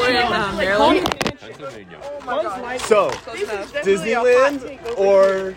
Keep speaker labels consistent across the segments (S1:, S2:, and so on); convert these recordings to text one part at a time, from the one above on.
S1: um, Maryland.
S2: Pennsylvania.
S3: So, Disneyland or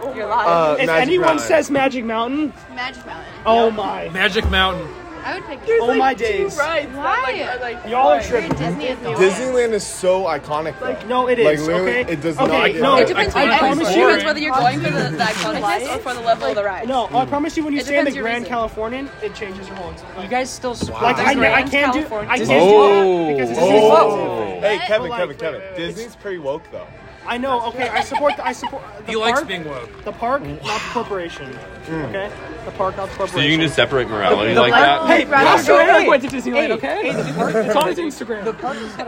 S3: uh,
S4: If
S3: Magic
S4: anyone
S3: Mountain?
S4: says Magic Mountain,
S5: Magic Mountain.
S4: oh my,
S6: Magic Mountain.
S5: I would pick
S4: oh my days.
S5: Why?
S4: Y'all are tripping.
S5: Disney is the worst.
S3: Disneyland is so iconic. though.
S4: No, it
S3: Like,
S4: is.
S3: literally,
S4: okay,
S3: it does
S4: okay,
S3: not get
S4: No,
S3: better.
S1: It depends,
S4: I,
S1: on-
S4: I
S1: it
S4: promise you.
S1: depends whether you're going for the, the iconic list or for the level of the ride.
S4: No, I promise you. When you
S1: It
S4: say in the
S1: depends your
S4: Grand
S1: reason.
S4: Californian, it changes your whole. experience.
S1: You guys still screw
S4: Like
S1: the
S4: I, I
S1: Ah. Grand
S4: can't do.
S1: California.
S4: I can't
S2: Oh.
S4: do it because it's
S3: Oh.
S4: expensive.
S3: Hey, Kevin,
S4: Well,
S3: Kevin,
S4: like,
S3: Kevin.
S4: wait, wait, wait.
S3: Disney's pretty woke though.
S4: I know. Okay, I support. The, I support. The
S6: He
S4: park,
S6: likes being woke.
S4: the park, not the corporation. Okay, the park, not the corporation.
S2: So you can just separate morality
S4: The
S2: like
S4: black-
S2: that.
S4: Hey, Ross
S1: Hey,
S4: Sarandon
S1: hey,
S4: went to Disneyland. Okay, it's on his Instagram.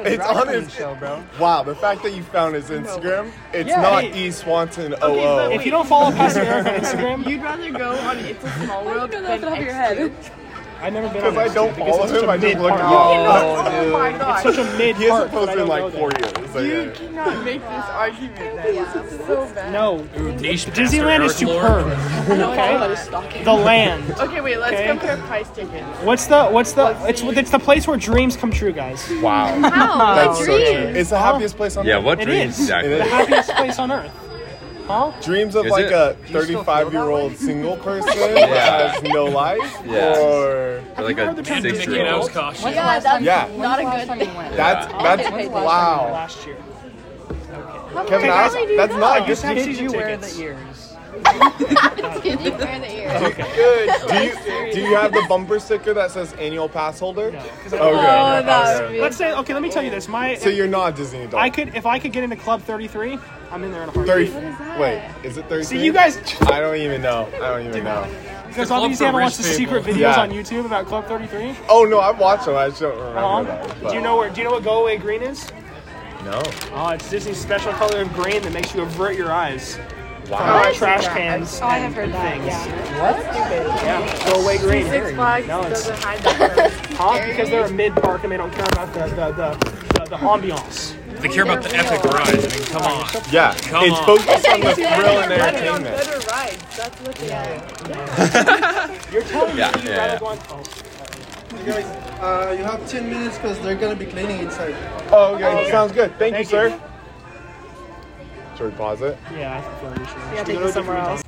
S3: It's on his show, bro. Wow, the fact that you found his Instagram, it's not
S4: Hey.
S3: E Swanson OO.
S4: If you don't follow Pastor Eric on Instagram, you,
S5: You'd rather go on It's a Small
S1: I
S5: World
S1: don't know that off
S5: than
S1: the top of your
S5: X.
S1: head.
S4: I've never been.
S3: Because
S4: on
S3: I
S4: Instagram
S3: don't
S4: because
S3: follow
S4: it's such
S3: him,
S4: a
S3: I just
S4: mid
S3: look at
S4: park.
S3: all.
S5: Oh my
S4: It's
S5: god.
S4: such a mid
S3: He hasn't
S4: park. but I
S3: posted in
S4: don't
S3: like
S4: know
S3: four
S4: that.
S3: years. So, yeah.
S5: cannot make this argument. That is so bad.
S4: No, Disneyland
S6: Disneyland
S4: is superb. Okay, the land.
S5: Okay, wait. Let's
S4: Okay.
S5: compare price tickets.
S4: What's the? What's the? It's it's the place where dreams come true, guys.
S3: Wow.
S5: How?
S3: That's so true. It's the happiest place on
S2: Yeah,
S3: earth.
S2: what
S4: It
S2: dreams
S4: is.
S2: exactly?
S3: It
S4: The
S3: is.
S4: happiest place on earth. Huh?
S3: Dreams of
S2: Is
S3: like
S2: it?
S3: a 35 year old single person that has no life?
S2: Yeah.
S3: Or.
S2: Or like
S4: heard the
S2: a
S4: term
S6: Mickey
S2: six year
S6: Mouse
S2: old.
S6: costume.
S5: Yeah, that's
S3: Yeah.
S5: not a good thing.
S3: That's.
S1: I'll
S3: That's.
S1: get paid.
S3: Wow.
S4: Last year.
S3: Kevin,
S4: Okay, guys,
S3: that's, that's not a good
S4: Did
S3: thing.
S4: you wear the ears?
S5: Did you wear the ears?
S3: Do you, do you have the bumper sticker that says annual pass holder?
S4: No, 'cause
S3: Okay.
S5: Oh, that would
S3: okay.
S5: be.
S4: Let's say okay. Let me tell you this. My
S3: So you're not a Disney adult?
S4: I could if I could get into Club 33, I'm in there in a heartbeat.
S3: 30.
S5: that?
S3: Wait, is it 30?
S4: See you guys
S3: I don't even know. I don't even know.
S4: because
S6: a club
S4: obviously
S6: for
S4: haven't
S6: rich
S4: watched the secret videos
S3: people. Yeah.
S4: on YouTube about Club 33.
S3: Oh no, I've watched them. I just don't remember.
S4: Um,
S3: that,
S4: do you
S3: but-
S4: know where? Do you know what Go Away Green is?
S3: No.
S4: Oh, it's Disney's special color of green that makes you avert your eyes.
S3: Wow.
S4: From trash cans.
S1: Oh, I have heard that. Yeah.
S4: Yeah, Go Away Green.
S5: Six Flags
S4: No, it's-
S5: doesn't hide that.
S4: Huh? Because they're a mid park and they don't care about the the the, the, the ambiance.
S6: They care about the epic ride. I mean, come on.
S3: Yeah,
S6: Come
S3: it's
S6: on.
S3: focused on the thrill and
S5: Running on
S3: entertainment.
S5: better rides. That's what they are.
S4: You're telling
S2: Yeah,
S4: me you'd
S2: yeah,
S4: rather
S2: yeah.
S4: go on. Oh,
S7: You guys, uh, you have 10 minutes because they're gonna be cleaning inside.
S3: Oh, okay, sounds good. Thank, you,
S4: Thank
S3: sir.
S4: you.
S3: Should we pause it?
S4: yeah, I feel like we should.
S1: Yeah, take it somewhere else.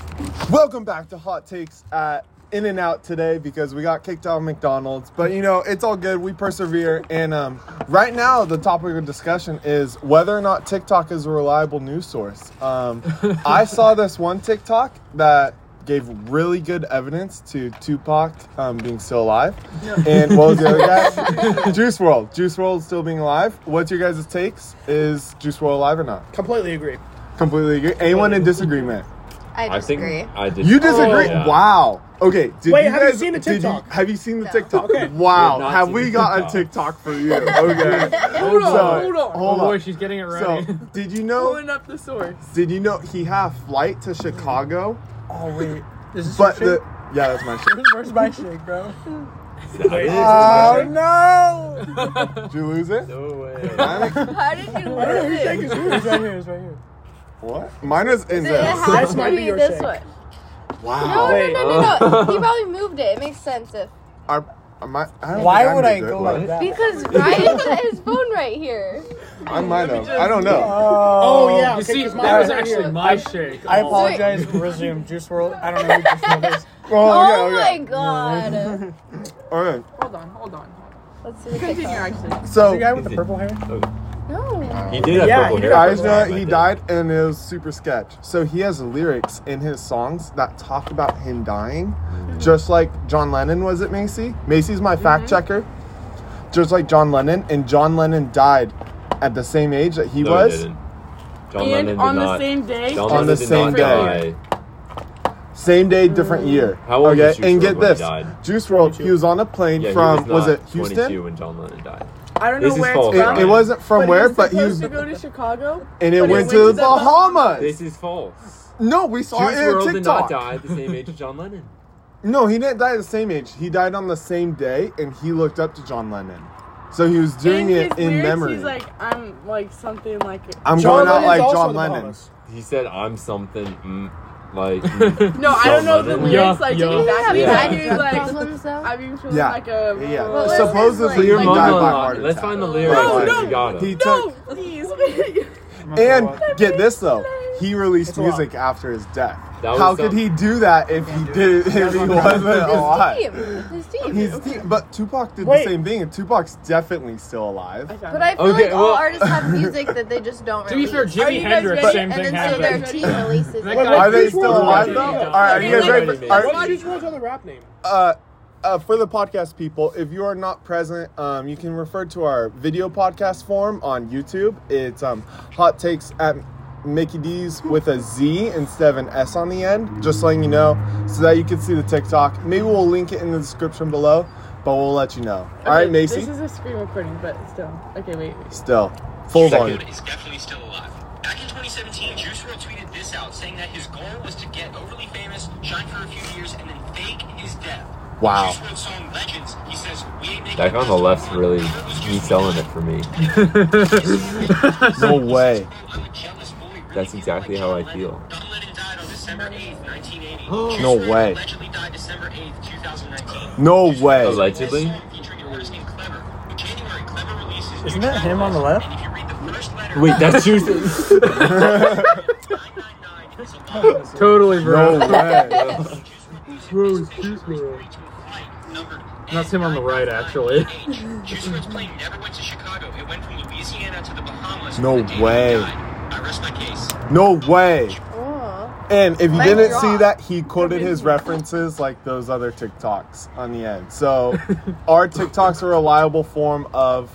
S3: Welcome back to Hot Takes at In and Out today because we got kicked out of McDonald's, but you know it's all good. We persevere, and um, right now the topic of discussion is whether or not TikTok is a reliable news source. Um, I saw this one TikTok that gave really good evidence to Tupac um, being still alive, and what was the other guy? Juice World. Juice World still being alive. What's your guys' takes? Is Juice World alive or not?
S4: Completely agree.
S3: Completely agree. Anyone in disagreement?
S5: I disagree.
S2: I did.
S3: You disagree?
S2: Oh, Yeah.
S3: Wow. Okay. Did
S4: Wait,
S3: you
S4: have you
S3: guys-
S4: seen the
S3: did you-
S4: TikTok?
S3: have you seen the TikTok?
S4: Okay.
S2: We have
S3: Wow.
S2: not
S3: Have
S2: seen
S3: we
S2: the
S3: got a
S2: TikTok.
S3: TikTok for you? Okay. hold on. Hold on. Hold
S8: Oh boy,
S3: on.
S8: she's getting it
S3: So,
S8: ready.
S3: did you know?
S5: up the source.
S3: Did you know he had a flight to Chicago?
S7: Oh, wait. This is
S3: But the yeah, that's my shit.
S7: Where's my shake, bro? um,
S3: Oh no! Did you lose it?
S8: No way.
S3: Mine-
S5: How did you learn it?
S7: It's right here. It's right here.
S3: what? Mine was in this.
S5: This might be this one. No,
S3: Wow.
S5: no, no, no, no. He probably moved it. It makes sense if
S3: Our, my, I don't
S7: Why
S3: think
S7: would I
S3: did
S7: go
S3: that.
S7: like that?
S5: because Ryan's at his phone right here.
S3: I might have. I don't know.
S7: Oh,
S4: Oh yeah.
S8: You
S4: okay,
S8: see,
S4: 'cause
S8: that was
S4: mine-
S8: actually my shake.
S7: I apologize. Resume Juice World. I don't know who Juice World is.
S3: Oh, okay,
S5: Oh
S3: okay.
S5: my god.
S3: Alright.
S1: Hold on, hold on.
S5: Let's see the TikTok.
S3: So
S7: The guy with the purple hair.
S5: No.
S2: He did have
S4: Yeah,
S2: purple
S4: he
S2: hair.
S4: did.
S3: I
S2: at
S3: just
S2: one
S3: know
S2: time,
S3: he
S2: I
S3: died and it was super sketch. So he has lyrics in his songs that talk about him dying,
S2: Mm.
S3: just like John Lennon was at Macy. Macy's my
S1: Mm-hmm.
S3: fact checker, just like John Lennon. And John Lennon died at the same age that he
S2: think. No, he
S3: was.
S2: didn't. John Lennon did not.
S1: day.
S2: John
S3: On
S2: Lennon
S3: the
S2: did
S3: same
S2: not
S3: day.
S2: die.
S3: Same day,
S1: Mm.
S3: different year.
S2: How old was Juice
S3: and
S2: WRLD when
S3: get
S2: he
S3: this,
S2: died?
S3: Juice World. He was on a plane
S2: Yeah, he
S3: from was,
S2: was, not
S3: it Houston?
S2: 22 when John Lennon died.
S1: I don't
S2: This
S1: know
S2: is
S1: where
S2: false.
S1: it's
S3: It,
S1: from.
S3: it wasn't from where, but he
S1: supposed
S3: was,
S1: to go to Chicago.
S3: and it went,
S1: went
S3: to,
S1: to
S3: the
S1: the Bahamas.
S3: Bahamas.
S2: This is false.
S3: no, we
S2: Juice
S3: saw it
S2: WRLD
S3: in
S2: did not
S3: TikTok.
S2: die at the same age as John Lennon.
S3: No, he didn't die at the same age. He died on the same day, and he looked up to John Lennon. So he was doing it in memory.
S1: He's like, I'm like something like.
S3: I'm
S4: John
S3: going out
S4: Lennon's
S3: like
S4: also
S3: John
S4: in the
S3: Lennon.
S4: Bahamas.
S2: He said, "I'm something." Mm, Like,
S1: No, I don't know the
S2: Yeah,
S1: lyrics like
S4: yeah.
S1: exactly.
S2: Yeah.
S1: I do like
S5: Problems though.
S1: I mean, from
S3: Yeah.
S1: like a
S3: Yeah.
S5: What was
S3: Supposedly
S5: his,
S2: your
S5: like,
S3: he
S2: mom
S3: died by
S2: unlocked
S3: heart
S2: it. Let's
S3: attack.
S2: find the lyrics.
S1: No,
S2: like,
S1: no.
S2: You got
S3: He
S2: it.
S1: no,
S3: took
S1: please.
S3: and get this though, he released
S4: a lot.
S3: music after his death.
S2: That was
S3: How could
S2: some-
S3: he do that if he did if he wasn't alive?
S5: team. His team.
S3: Oh, He's but Tupac did
S4: Wait.
S3: the same thing, and Tupac's definitely still alive.
S5: But I feel
S2: Okay,
S5: like
S2: well-
S5: all artists have music that they just don't
S6: To be
S5: release.
S6: fair,
S1: Are you
S6: Jimi
S1: guys
S6: Hendrix,
S1: ready?
S6: same
S5: and
S6: thing
S5: then so their
S6: happened.
S5: team releases
S6: That
S5: it.
S6: guy-
S3: Are they still
S4: Tupac
S3: alive
S4: did
S3: though?
S6: it.
S3: All right, are you guys ready? for- are-
S4: What is Juice WRLD's other rap name?
S3: uh, uh, for the podcast people, if you are not present, um, you can refer to our video podcast form on YouTube. It's um, Hot Takes at Mickey D's with a Z instead of an S on the end, just letting you know, so that you can see the TikTok. Maybe we'll link it in the description below, but we'll let you know. All right, Macy?
S1: This is a screen recording, but still. Okay, wait, wait.
S3: Still, full
S8: Shaquille
S3: volume.
S8: is definitely still alive. Back in 2017, Juice WRLD tweeted this out, saying that his goal was to get overly famous, shine for a few years, and then fake his death.
S3: Wow.
S8: Juice WRLD's song Legends, he says, we ain't making
S2: That guy on the
S8: this
S2: left's
S8: one.
S2: really,
S8: Neither was Juice
S2: he's
S8: WRLD.
S2: selling it for me.
S3: No way.
S8: I'm a jealous boy, really
S2: That's
S8: feeling
S2: exactly
S8: like
S2: how
S8: John
S2: I
S8: Lennon.
S2: feel.
S8: John Lennon died on December 8th, 1980.
S3: No
S8: Juice WRLD
S3: way.
S8: allegedly died December 8th, 2019.
S3: No way.
S2: Allegedly?
S8: Isn't that him on the left?
S2: Wait, that's Juice.
S6: Totally,
S3: No
S6: bro.
S3: way.
S8: Bro,
S6: Juice WRLD. That's him on the right, actually.
S8: Juice WRLD's plane never went to Chicago. It went from Louisiana to the Bahamas.
S3: No
S8: on the day he
S3: way.
S8: died. I rest my case.
S3: No way.
S5: Oh.
S3: And if you
S5: Might be
S3: didn't
S5: wrong.
S3: see that, he quoted his references like those other TikToks on the end. So our TikToks are a reliable form of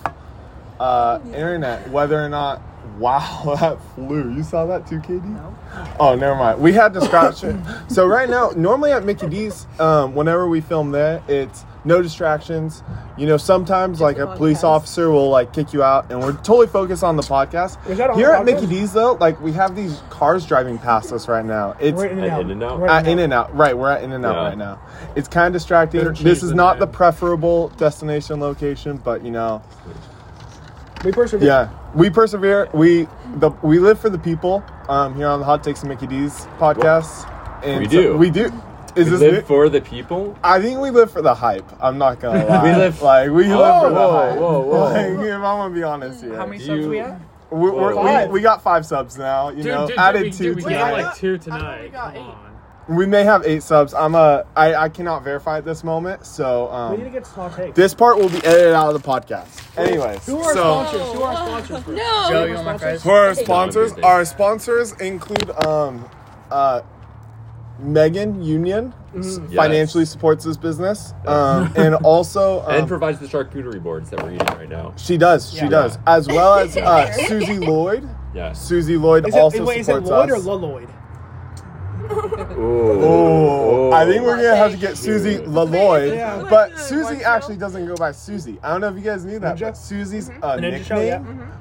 S3: uh, internet, whether or not. Wow, that flew. You saw that too, Katie? No. Oh, never mind. We had to scratch it. So right now, normally at Mickey D's, um, whenever we film there, it's no distractions. You know, sometimes like a
S1: the
S3: police
S1: podcast.
S3: officer will like kick you out, and we're totally focused on the podcast.
S4: Is that on
S3: Here
S4: the
S3: at Mickey
S4: podcast?
S3: D's, though, like we have these cars driving past us right now. It's
S4: We're in
S2: At
S4: and
S2: In-N-Out?
S4: out.
S3: at In and Out. Right, we're at In and Out
S2: Yeah.
S3: right now. It's kind of distracting.
S6: They're
S3: This is
S6: cheap,
S3: not the
S6: man.
S3: preferable destination location, but you know,
S4: We persevere.
S3: yeah, we persevere. We the we live for the people. Um, here on the Hot Takes and Mickey D's podcast, and
S2: We
S3: so-
S2: do.
S3: we do.
S2: We
S3: Is this new?
S2: live for the people?
S3: I think we live for the hype. I'm not gonna lie.
S2: We live-
S3: like we live for the
S2: Whoa,
S3: hype.
S2: whoa, whoa.
S3: Like, if I'm gonna be honest here,
S1: How many
S2: Do
S1: subs
S2: you-
S1: we at?
S3: we, we're- we-
S4: Five.
S3: we got five subs now. You
S6: Dude,
S3: know,
S6: dude, dude,
S3: added
S6: we,
S3: two
S6: dude, we
S3: tonight.
S6: got like two
S1: I thought we
S6: tonight.
S1: got
S6: Come
S1: eight.
S6: on.
S3: We may have eight subs. I'm a. I I cannot verify at this moment. So
S4: We need to
S3: um,
S4: get small takes.
S3: this part will be edited out of the podcast. Anyways,
S4: Who are our
S3: so
S4: sponsors? Who are our sponsors? bro?
S5: No.
S4: Who are our sponsors?
S3: for our
S2: sponsors,
S3: sponsors, our sponsors include um, uh, Megan Union
S4: Mm-hmm.
S3: s- financially supports this business, um, and also um,
S2: And provides the charcuterie boards that we're eating right now.
S3: she does. She
S4: Yeah.
S3: does as well as uh, Susie Lloyd.
S2: Yes.
S3: Susie Lloyd
S4: Is
S3: also
S4: it, wait, is it
S3: supports
S4: Lloyd or
S3: us.
S4: Lloyd?
S3: Oh, I think we're gonna have to
S5: Thank
S3: get Susie
S2: you.
S3: Lloyd,
S4: Yeah.
S3: but
S1: Like, uh,
S3: Susie
S1: Whitesnale?
S3: actually doesn't go by Susie. I don't know if you guys knew that, but
S4: Ninja?
S3: Susie's uh,
S4: Ninja
S3: nickname
S4: Show, yeah.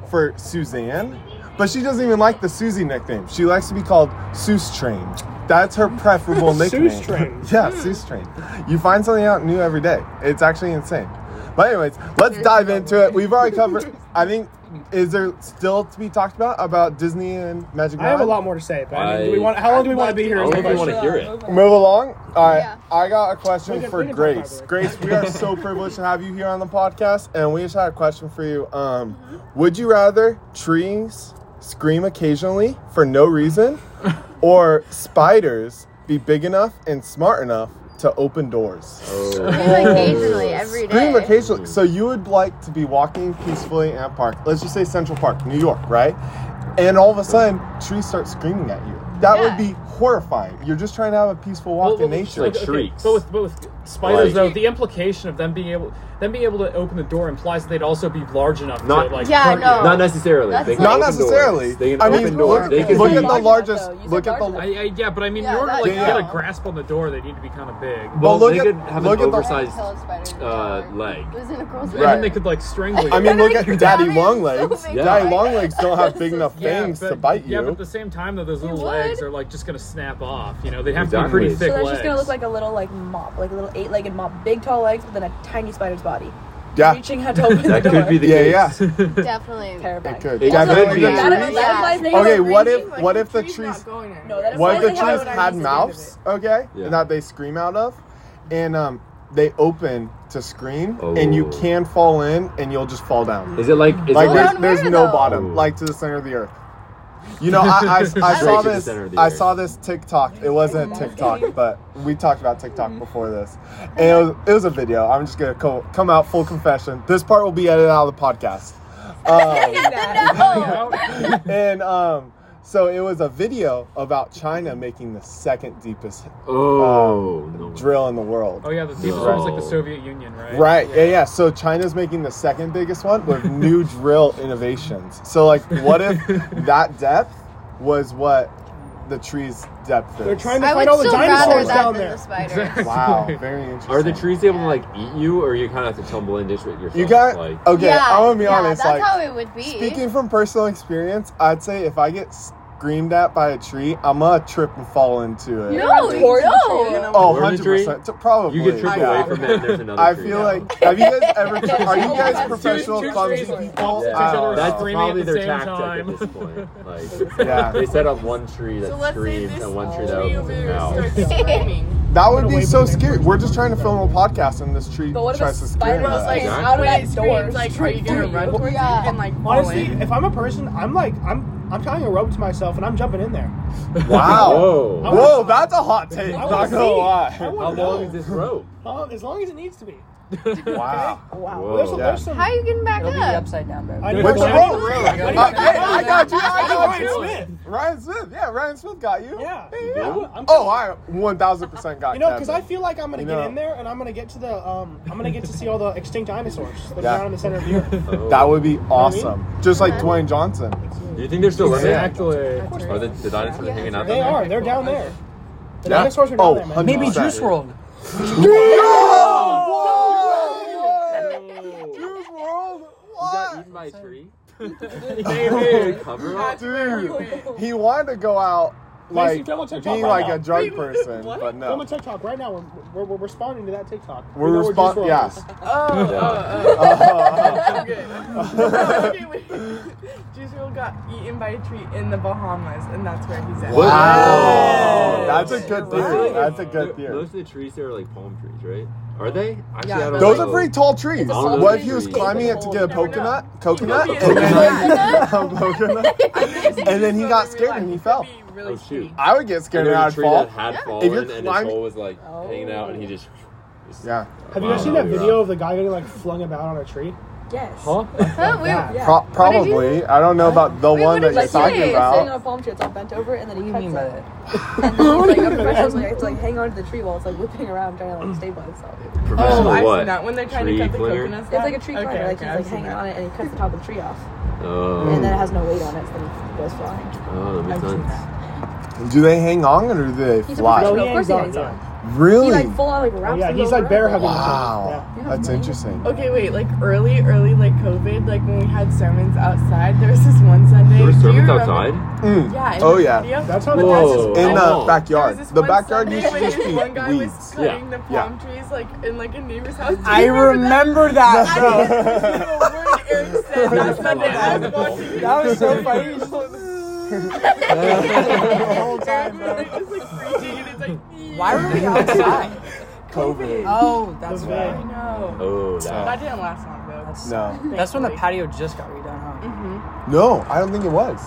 S3: for Suzanne, but she doesn't even like the Susie nickname. She likes to be called Seuss Train. That's her preferable
S4: Seuss
S3: nickname.
S4: Train.
S3: yeah, Seuss Train. You find something out new every day. It's actually insane. But anyways, let's dive into it. We've already covered. I think is there still to be talked about about Disney and Magic?
S4: I have a
S3: Mountain?
S4: lot more to say, but I mean, do we
S2: I-
S4: want? How long do we want to be
S2: I
S4: here?
S2: don't
S4: is
S2: know
S4: my
S2: if you want
S4: question.
S2: to hear it.
S3: Move along. All right.
S5: Yeah.
S3: I got a question
S4: We can-
S3: for
S4: we can talk
S3: Grace.
S4: about it.
S3: Grace, we are so privileged to have you here on the podcast, and we just had a question for you. Um, Would you rather trees scream occasionally for no reason, or spiders be big enough and smart enough to open doors?
S5: Scream occasionally every day.
S3: Scream occasionally. So you would like to be walking peacefully in a park. Let's just say Central Park, New York, right? And all of a sudden, trees start screaming at you. That would
S5: Yeah.
S3: be horrifying. You're just trying to have a peaceful walk in nature.
S2: like, shrieks.
S6: But with, but with spiders,
S2: Like-
S6: though, the implication of them being able them being able to open the door implies that they'd also be large enough
S2: Not-
S6: to like.
S5: Yeah,
S6: hurt you.
S5: no.
S2: Not necessarily.
S5: That's
S2: They can
S5: like-
S3: Not
S2: open doors.
S3: necessarily.
S2: They can
S3: I
S2: open
S3: mean,
S2: doors. They can
S3: look
S2: be
S3: at the
S5: enough,
S3: largest.
S5: though. You said
S3: Look at the.
S5: large
S6: I, I, yeah, but I mean,
S5: Yeah,
S6: in order to
S5: that-
S6: like
S3: Yeah.
S6: get a grasp on the door, they need to be kind of big.
S2: Well,
S3: look
S2: they
S3: at-
S2: could have
S3: look
S2: an
S3: at the-
S5: I had a
S2: oversized.
S5: pillow spider in the
S2: uh,
S5: shower.
S2: leg.
S5: It was in a
S3: Right.
S5: girl's
S6: And then
S5: leg.
S6: they could like strangle you.
S3: I mean, look
S5: Like,
S3: at Daddy
S5: that
S3: Long
S5: is
S3: Legs.
S5: so
S3: Daddy
S5: big.
S3: Long Legs don't have big enough
S5: Yeah,
S3: fangs
S6: but-
S3: to bite
S6: Yeah, but
S3: you.
S6: at the same time, though, those little
S5: would.
S6: legs are like just gonna snap off. You know, they'd have
S2: Exactly.
S6: to be pretty
S2: So
S6: thick
S9: So that's
S6: legs.
S9: just gonna look like a little like mop, like a little eight-legged mop, big tall legs, but then a tiny spider's body.
S3: Yeah.
S9: reaching had to open the
S2: That
S9: door.
S2: could be the
S3: Yeah,
S2: case.
S3: yeah.
S5: Definitely.
S9: Terrifying.
S3: It could.
S2: It
S3: That
S2: could
S3: could
S2: be.
S3: be.
S2: Yeah,
S9: That,
S5: that-
S9: that implies they
S3: Okay,
S9: have a
S3: what
S9: reason-
S3: if what if the trees
S9: No, that
S3: what if
S9: implies
S3: the
S9: they have
S3: trees
S9: a
S3: had
S9: reason to do
S3: mouths?
S9: it.
S3: Okay,
S2: Yeah.
S3: that they scream out of, and um, they open to scream, and you
S2: Oh.
S3: can fall in, and you'll just fall down.
S2: Is it like is
S3: like
S5: Fall
S2: it like
S5: down
S3: there's,
S5: where,
S3: there's no
S5: though?
S3: bottom,
S2: Ooh.
S3: like to the center of the earth. You know, I, I, I
S2: Straight
S3: saw
S2: to the
S3: this
S2: center of the
S3: I
S2: earth.
S3: saw this TikTok. It wasn't TikTok, but we talked about TikTok before this. And it was, it was a video. I'm just gonna co- come out full confession. This part will be edited out of the podcast. Um, and um, so it was a video about China making the second deepest
S2: Oh no.
S3: drill in the world.
S6: Oh yeah, the deepest
S2: No.
S6: is like the Soviet Union, right?
S3: Right, yeah, yeah. So China's making the second biggest one with new drill innovations. So, like, what if that depth was what the tree's depth is?
S4: They're trying to
S5: I
S4: find
S5: would
S4: all the
S5: still rather
S4: dinosaurs
S5: that
S4: down
S5: than
S4: there.
S5: the spider.
S6: Exactly.
S3: Wow, very interesting.
S2: Are the trees able to like eat you, or you kind of have to tumble into it yourself?
S3: You got
S2: like
S3: okay.
S5: Yeah,
S3: I'm gonna be
S5: yeah,
S3: honest.
S5: That's
S3: Like,
S5: how it would be.
S3: speaking from personal experience, I'd say if I get screamed at by a tree, I'm gonna trip and fall into it.
S9: You
S5: No,
S9: don't have towards the
S5: no.
S9: tree, you know?
S3: Oh,
S2: Or the
S3: 100
S2: tree?
S3: percent. Probably.
S2: you get tripped
S3: yeah.
S2: away from it. And there's another.
S3: um, I
S2: tree
S3: feel
S2: now.
S3: like have you guys ever? Are you guys
S6: Two-
S3: professional
S6: two
S3: clumsy
S6: trees, like,
S3: people?
S6: opposite each
S3: I don't know.
S6: other.
S2: that's
S6: screaming
S2: probably
S6: at the
S2: their
S6: same
S2: tactic
S6: time.
S2: at this point. Like,
S3: Yeah.
S2: they set up one tree that
S9: So let's say
S2: screams
S9: this
S2: and one tree that opens
S9: tree over
S2: its
S9: here
S2: mouth.
S9: starts screaming.
S3: That would be so scary. We're just trying to film a podcast and this tree
S9: But what if a
S3: tries to scare
S9: spider was
S3: us.
S9: like
S2: Exactly.
S9: out of
S1: When it
S9: that door?
S1: screams, like, are you gonna run towards
S9: Yeah.
S1: it and like fall
S4: Honestly,
S1: in?
S4: if I'm a person, I'm like, I'm, I'm tying a rope to myself and I'm jumping in there.
S3: wow.
S2: Whoa.
S4: I
S3: Whoa, that's a hot take.
S4: I
S3: Not
S4: wanna
S3: gonna
S4: see. I
S3: lie.
S2: How
S4: wanna
S2: long
S4: know.
S2: is this rope?
S4: Uh, as long as it needs to be.
S3: Wow.
S9: Wow.
S2: Whoa.
S4: There's, some-
S3: Yeah.
S4: there's some.
S5: how are you getting back
S9: It'll be
S5: up?
S9: upside down, bro.
S4: I need
S3: With
S4: to-
S3: the
S4: I need
S3: rope.
S4: to- I
S3: Uh, Hey,
S4: need to-
S3: I got you. I got
S4: Ryan
S3: you.
S4: Smith.
S3: Ryan Smith. Yeah, Ryan Smith got you.
S4: Yeah.
S2: Yeah.
S4: I'm-
S3: Oh, I 1000% got
S4: You know, because I
S3: Kevin.
S4: feel like I'm gonna
S3: You
S4: get
S3: know.
S4: in there and I'm gonna get to the um, I'm gonna get to see all the extinct dinosaurs that are
S3: Yeah.
S4: down in the center of the earth.
S2: Oh.
S3: That would be
S4: I mean?
S3: awesome. Just like Dwayne Johnson.
S2: Do you think there's still living?
S6: Exactly.
S2: Are the, the dinosaurs hanging out
S4: They
S2: there?
S4: are. They're down there. The
S3: Yeah.
S4: dinosaurs are down
S3: Oh,
S4: there, man.
S3: 100%.
S9: Maybe Juice World.
S3: Juice World.
S2: You
S3: What?
S2: got eaten by a tree?
S6: Hey, hey.
S2: Cover up?
S3: Dude, he wanted to go out like
S4: Macy, double check
S3: being
S4: top
S3: like
S4: right
S3: a
S4: now.
S3: drug person, but
S4: Film a
S3: no.
S4: TikTok right now. We're, we're, we're responding to that TikTok. We
S3: We're
S4: know where Juice
S3: responding.
S4: WRLD
S3: Yes.
S4: is.
S1: okay, wait. Juice World got eaten by a tree in the Bahamas, and that's where he's at.
S2: What?
S3: Wow.
S2: Wow.
S3: That's a good theory.
S2: Really?
S3: That's a good
S2: Mo-
S3: theory.
S2: Most of the trees there are like palm trees, right? Are they? Actually,
S9: Yeah.
S2: I don't
S3: Those
S2: know.
S3: are pretty tall trees.
S9: It's a
S2: tall
S3: What
S2: tree.
S3: if he was
S2: It's a
S3: climbing it to
S9: pole.
S3: get a
S1: You never know.
S3: coconut? Coconut?
S1: Could be a
S3: Coconut? Coconut? And then he got
S1: Realized
S3: scared and he
S1: it could
S3: fell.
S1: be really
S2: Oh, shoot.
S1: skinny.
S3: I would get
S2: And
S3: scared
S2: there
S3: and
S2: was
S3: I'd
S2: a tree
S3: fall.
S2: that had
S3: If you're
S2: fallen and his
S3: climbing-
S2: hole was like hanging out
S9: Oh.
S2: and he just.
S3: Yeah.
S4: Have you
S2: Wow,
S4: guys seen that
S2: yeah.
S4: video of the guy getting like flung about on a tree?
S9: Yes.
S6: Huh?
S5: Huh? We-
S4: Yeah.
S3: Pro- probably. I don't know about the
S5: Wait,
S3: one
S5: what
S3: that
S5: did
S3: you're
S5: you say?
S3: talking
S9: sitting on a
S3: about.
S9: palm tree, it's all bent over, and then he
S5: What do you
S9: cuts it.
S5: mean
S9: And then it's like a professional's like, it's like hang on to the tree while it's like whipping around trying to like stabilize itself.
S1: Oh,
S2: Professional
S1: I've
S2: what?
S1: seen that when they're trying
S2: Tree
S1: to cut the
S2: cleaner?
S1: coconuts.
S9: It's like a tree climber,
S1: Okay,
S9: like
S1: okay,
S9: he's
S1: I've
S9: like
S1: seen
S9: hanging
S1: that.
S9: on it and he cuts the top of the tree off.
S2: Oh,
S9: And then it has no weight on it, so then it goes flying.
S2: oh, that makes
S9: I've seen
S2: sense.
S3: Do they hang on or do they
S9: He's a
S3: fly?
S9: professional, of course he
S4: Yeah.
S9: hangs on. He
S3: Really?
S9: like full on like
S4: Oh,
S9: wraps
S4: yeah,
S9: them
S4: he's like
S9: around.
S4: bear hugging.
S3: Wow.
S9: Yeah.
S3: That's interesting.
S1: Okay, wait, like early, early, like COVID, like when we had sermons outside, there was this one Sunday.
S2: There were
S1: do you
S2: servants
S1: remember-
S2: outside?
S3: Mm.
S1: Yeah. in
S3: Oh,
S1: the
S3: yeah.
S1: video.
S4: That's how
S1: But
S4: the-
S1: that's
S2: Whoa.
S1: just-
S3: In the
S2: Oh.
S1: There was
S3: backyard.
S1: this
S3: The
S1: one
S3: backyard
S1: Sunday
S3: used to
S1: when
S3: just
S1: this
S3: be
S1: One guy was
S3: weeds.
S1: cutting the
S3: Yeah.
S1: palm trees like in like a neighbor's house. Do you
S9: I remember that,
S1: that?
S9: bro.
S1: I didn't remember a word Eric said that Sunday. I was watching it.
S9: That was so funny. He's just like, the whole time, bro.
S1: Eric was just like preaching and it's like.
S9: Why were we outside?
S3: COVID.
S9: Oh, that's
S4: Okay.
S9: right.
S1: I know.
S2: Oh, that.
S1: That didn't last long though.
S3: No.
S9: That's when the patio just got redone, huh?
S3: No, I don't think it was.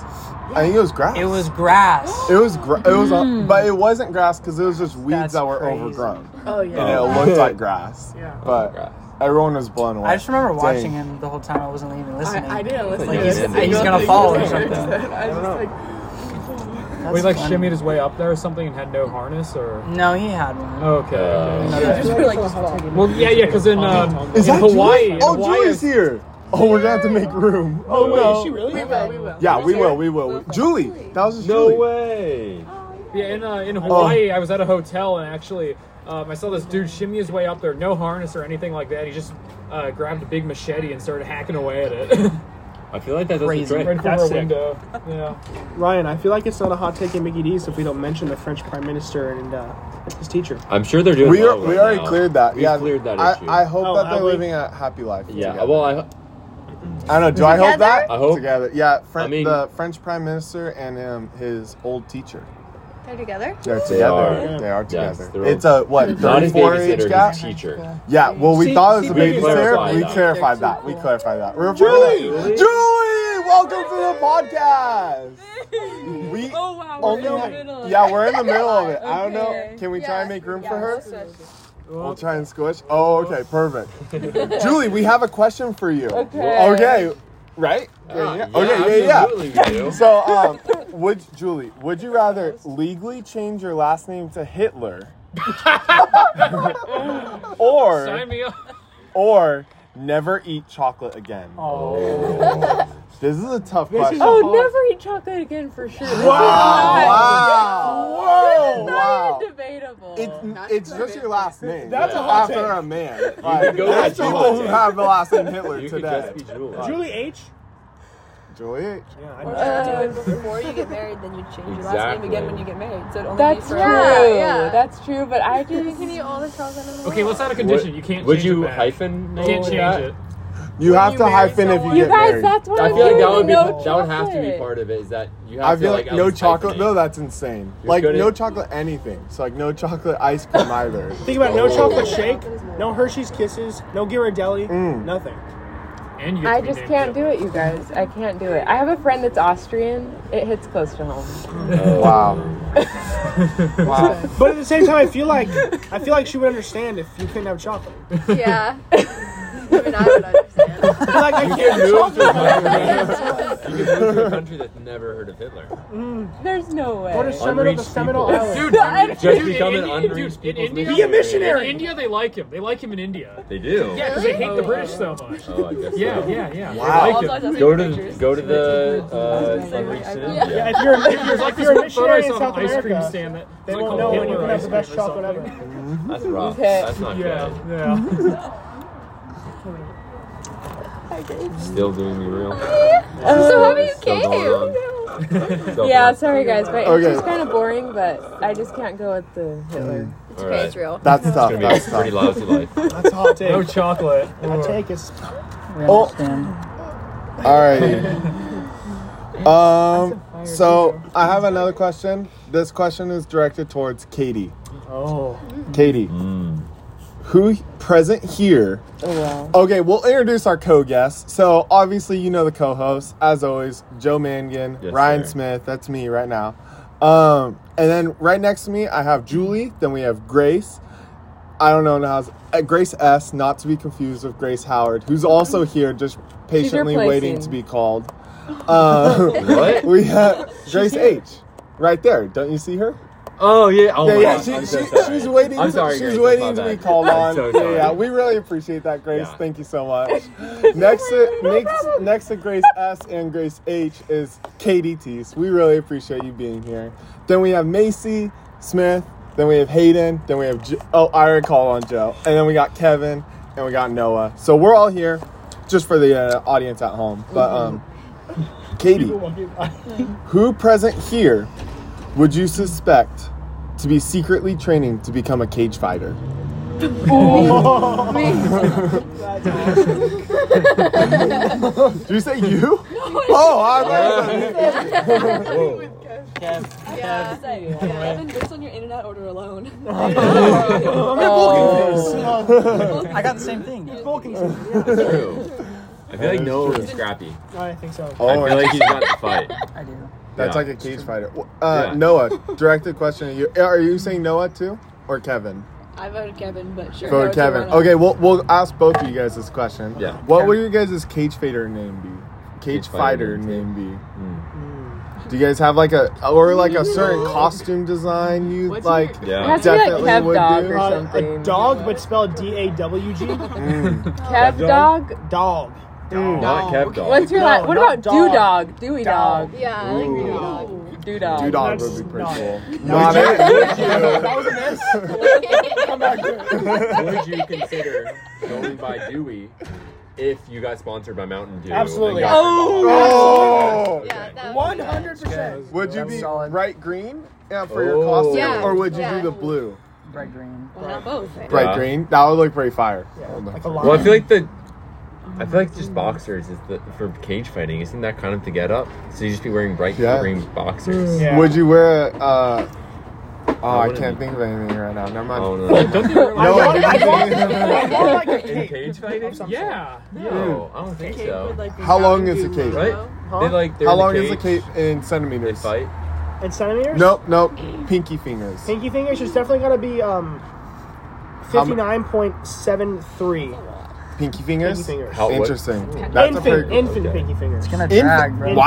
S3: I think it was grass.
S9: It was grass.
S3: It was gra- it was, uh, but it wasn't grass because it was just weeds
S9: That's
S3: that were
S9: crazy.
S3: overgrown,
S1: Oh
S3: and
S1: yeah.
S3: it looked like grass.
S1: Yeah.
S3: But
S2: Grass.
S3: everyone was blown away.
S9: I just remember watching
S3: Dang.
S9: him the whole time. I wasn't even listening.
S1: I, I didn't listen.
S2: Like,
S1: to
S2: he's-
S1: it.
S2: he's
S1: I
S2: gonna
S1: don't
S9: fall
S1: think
S9: or
S1: Eric
S9: something.
S1: said. I was just like.
S9: That's
S6: We like
S9: funny.
S6: shimmied his way up there or something and had no harness or.
S9: No, he had one.
S6: Okay.
S2: Uh,
S9: No, that's-
S6: Well, yeah, yeah, because in, um,
S3: Is
S6: in
S3: that
S6: Hawaii.
S3: Julie?
S6: in
S3: Oh,
S6: Hawaii
S3: Julie's here. Oh, we're gonna have to make room. Oh
S4: Wait,
S3: no.
S4: is she really?
S1: We will. We will.
S3: Yeah, we will. We will. Julie, that was just
S2: No
S3: Julie.
S2: way.
S6: Yeah, in, uh,
S3: Oh.
S6: in Hawaii, I was at a hotel and actually um, I saw this dude shimmy his way up there, no harness or anything like that. He just uh, grabbed a big machete and started hacking away at it.
S2: I feel like that doesn't
S10: Crazy.
S2: Drake.
S6: Right from
S4: That's
S6: her
S4: sick.
S6: window. Yeah.
S4: Ryan, I feel like it's not a hot take in Mickey D's if we don't mention the French Prime Minister and uh, his teacher.
S2: I'm sure they're doing.
S3: We, are,
S2: well right
S3: we already
S2: now.
S3: cleared that.
S2: We
S3: yeah,
S2: cleared that
S3: I,
S2: issue.
S3: I hope
S4: Oh,
S3: that they're
S4: have we?
S3: living a happy life.
S2: yeah.
S3: together.
S2: Well, I
S3: I don't know. Do I hope that?
S2: I hope-
S3: together. Yeah, Fren-
S2: I mean-
S3: the French prime minister and um, his old teacher.
S5: They're together?
S3: They're
S2: They
S3: together.
S2: are.
S3: They are
S2: Yes,
S3: together.
S2: they're
S3: it's a what?
S2: not his
S3: Thirty-four age
S2: babysitter,
S3: gap.
S2: his teacher.
S3: Yeah. Well, we
S6: See-
S3: thought it was a
S6: see, we
S3: babysitter.
S2: clarified
S3: we
S2: that.
S3: clarified that. We clarified that. We're Julie, Julie, welcome to the podcast. We
S9: Oh wow,
S3: only had- yeah, we're in the middle of it. I don't know.
S9: Okay.
S3: Can we try and make room for her? We'll
S6: Well,
S3: try and squish. Oh, okay, perfect. Julie, we have a question for you.
S9: Okay.
S3: Okay, right?
S4: Uh,
S2: Ah,
S3: yeah. Okay, yeah, yeah.
S2: absolutely we do.
S3: So, um, would Julie, would you rather legally change your last name to Hitler, or
S6: sign me up.
S3: or never eat chocolate again? This is a tough
S4: Oh. This is
S3: question.
S4: a
S9: Oh,
S4: hot-
S9: never eat chocolate again for sure.
S3: wow! Wow! Whoa! Wow!
S9: Debatable.
S3: It's it's just your last name.
S4: That's
S2: a
S4: hot
S3: after
S4: take.
S3: a man. Like,
S2: go
S3: there's
S2: with
S3: people
S2: Julie.
S3: who have the last name Hitler
S2: You could
S3: today.
S2: just be Julie.
S4: Julie H.
S3: Julie,
S4: Yeah, I
S9: Uh,
S5: Before you get married, then you
S9: change your last name again
S2: Exactly.
S9: when you get married, so it only be
S5: That's
S9: for
S5: true. Yeah.
S9: That's true, but I
S5: You
S9: just
S5: can eat all the chocolate in the
S6: Okay,
S5: world.
S6: what's that a
S2: Would-
S6: condition? You can't
S2: Would
S6: change
S2: you
S6: it back.
S2: hyphen?
S6: You can't change it.
S3: you have
S1: you
S3: to
S1: marry
S3: hyphen if you
S1: someone-
S3: get
S9: You guys,
S3: married.
S9: that's what
S2: I
S9: I'm
S2: feel like that
S9: doing,
S2: would be
S9: no
S2: that would have to be
S9: chocolate.
S2: part of it. Is that you have
S3: I
S2: to
S3: feel like
S2: at
S3: no
S2: least
S3: chocolate
S2: hyphenate.
S3: though. That's insane.
S2: You're
S3: Like
S2: good at-
S3: no chocolate anything. So like no chocolate ice cream either.
S4: Think about it, no chocolate shake, no Hershey's Kisses, no Ghirardelli,
S3: Mm.
S4: nothing.
S6: And you.
S9: I just can't do it, you guys. I can't do it. I have a friend that's Austrian. It hits close to home.
S2: Oh,
S3: Wow. wow.
S4: But at the same time, I feel like I feel like she would understand if you couldn't have chocolate.
S5: Yeah. I mean, I would understand.
S4: I feel like I
S2: You
S4: can't.
S2: could move to a country- you could move to a country that's never heard of Hitler.
S9: There's no way.
S4: Go to Seminole, the
S2: Unreached
S4: Seminole
S2: people.
S4: Island.
S6: Dude,
S2: Just
S6: dude,
S2: become
S6: in
S2: an
S6: India-
S2: unreached
S6: dude, in
S2: people's
S6: India-
S4: Be a missionary.
S6: In India, they like him. They like him in India.
S2: They do.
S6: Yeah, because they hate the British so much.
S2: Oh, I guess
S6: Yeah,
S2: so.
S6: yeah, yeah.
S3: Wow.
S6: They like him.
S2: Go to go to the uh, unreached
S9: I-
S2: city.
S9: yeah.
S4: Yeah, if you're, if
S6: There's
S4: you're,
S6: like
S4: if you're a
S6: this photo I
S4: missionary in
S6: saw
S4: South
S6: of an ice cream
S4: America,
S6: stand that
S4: they
S6: like
S4: won't
S6: called
S4: know when you
S6: Hitler
S4: can
S6: ice
S4: have the best
S6: cream or
S4: chocolate
S6: something.
S4: ever.
S2: That's rough.
S9: Okay.
S2: That's not good.
S6: Yeah, yeah.
S2: Still doing me real.
S9: so how do you
S2: Still going on. Still
S9: Yeah,
S2: going.
S9: sorry guys. My
S3: Okay.
S9: answer's kind of boring, but I just can't go with the Hitler.
S2: All
S5: Okay,
S2: right.
S5: it's real.
S3: That's tough.
S2: Gonna be a
S3: That's
S2: pretty
S3: tough.
S2: lousy life.
S4: That's a hot take.
S6: No chocolate.
S4: Hot take is
S3: Oh. Alrighty. Um. So I have another question. This question is directed towards Katie.
S4: oh.
S3: Katie, who present here?
S9: Oh
S3: Okay, we'll introduce our co-guests. So obviously, you know the co-hosts as always: Joe Mangan,
S2: Yes,
S3: Ryan
S2: sir.
S3: Smith. That's me right now. Um, and then right next to me, I have Julie. Then we have Grace. I don't know now. Uh, Grace S, not to be confused with Grace Howard, who's also here, just patiently waiting
S9: replacing.
S3: to be called. Uh,
S2: What?
S3: we have Grace H, right there. Don't you see her?
S2: Oh yeah. Oh
S3: Yeah,
S2: my
S3: yeah,
S2: God.
S3: she,
S2: I'm
S3: she,
S2: so sorry.
S3: she's waiting.
S2: I'm
S3: to-
S2: sorry,
S3: she's
S2: Grace, that's
S3: waiting
S2: my
S3: to be
S2: bad.
S3: called
S2: I'm
S3: on.
S2: so
S3: yeah, yeah,
S2: sorry.
S3: we really appreciate that, Grace.
S2: Yeah.
S3: Thank you so much. next to next next to Grace S and Grace H is Katie Tease. We really appreciate you being here. Then we have Macy Smith. Then we have Hayden. Then we have jo- oh, I already called on Joe. And then we got Kevin and we got Noah. So we're all here, just for the uh, audience at home. But um, Katie, who present here would you suspect to be secretly training to become a cage fighter? Did you say you? oh, I thought
S5: Yeah.
S9: Kevin, just on your in and out order alone.
S4: Oh.
S10: I got the same thing.
S4: Vulcan's.
S2: True. I feel like
S3: is
S2: Noah
S3: true.
S2: was scrappy.
S4: I think so.
S3: Oh,
S2: I feel like he's got the fight.
S10: I do.
S3: that's
S2: Yeah.
S3: like a cage fighter. Uh,
S2: Yeah.
S3: Noah, directed question. Are you, are you saying Noah too? Or Kevin?
S9: I voted Kevin, but sure.
S3: For Kevin. Okay, we'll, we'll ask both of you guys this question.
S2: Yeah.
S3: What would your guys' cage fighter name be? Cage,
S2: Cage fighter
S3: fighter,
S2: Hmm.
S3: name be?
S9: Hmm.
S3: Do you guys have like a or like a certain costume design you
S9: What's
S3: like?
S9: your-
S2: Yeah.
S9: It has to be like
S3: Definitely
S9: Kev
S3: would
S9: Dog
S3: do.
S9: or
S4: Uh,
S9: something.
S4: a dog, but spelled D A W G.
S3: Hmm.
S9: Kev Dog?
S4: Dog.
S2: Not kept dog.
S9: What's your
S4: No,
S9: last? What
S4: not
S9: about Dew
S4: dog.
S9: Dog? Dewey Dog?
S5: Yeah, I like green dog.
S9: Dew Dog.
S3: Dude, dog
S4: That's
S3: would be pretty
S4: not-
S3: cool. Not it.
S4: That was a miss.
S2: Would you consider going by Dewey if you got sponsored by Mountain Dew.
S4: Absolutely.
S2: and got
S4: Oh!
S3: Oh,
S2: involved.
S5: Yeah, that would
S4: One
S5: be bad.
S4: hundred percent.
S3: Would you be
S10: Solid.
S3: bright green yeah, for your
S2: Oh.
S3: costume,
S5: Yeah,
S3: or would you
S5: yeah.
S3: do the blue?
S10: Bright green.
S5: Well, not both. I
S3: Bright
S2: Yeah.
S3: green. That would look pretty fire. Hold on.
S4: Like a
S2: Well, I
S4: lion.
S2: feel like the. I feel like just boxers is the for cage fighting. Isn't that kind of the get up? So you just be wearing bright
S3: Yeah.
S2: green boxers.
S4: Yeah.
S3: Would you wear? a, Uh, oh, I
S2: wouldn't
S3: can't
S2: be-
S3: think of anything right now. Never mind.
S2: Oh no.
S3: No, I
S4: want-
S3: didn't.
S4: like a
S2: In
S4: cake.
S2: cage fighting?
S4: some
S6: Yeah.
S2: No, Oh, I don't think
S5: Cake would,
S2: so.
S5: like, be
S3: How long
S5: down
S3: is
S5: to
S3: the cake?
S5: low.
S2: Right? They like they're
S3: How
S2: in the
S3: long is the
S2: cage,
S3: cape in
S2: They
S3: centimeters?
S2: fight.
S4: And centimeters?
S3: Nope, nope. Pinky fingers.
S4: Pinky fingers is definitely gonna be um
S3: How
S4: fifty
S3: mu-
S4: nine point seven three.
S3: Pinky fingers.
S4: Pinky fingers.
S2: How- what?
S3: Interesting. That's a
S4: Infant
S3: pretty.
S4: infant
S2: Okay.
S4: pinky fingers.
S10: It's gonna
S3: Infant-
S10: drag, bro.
S3: Wow.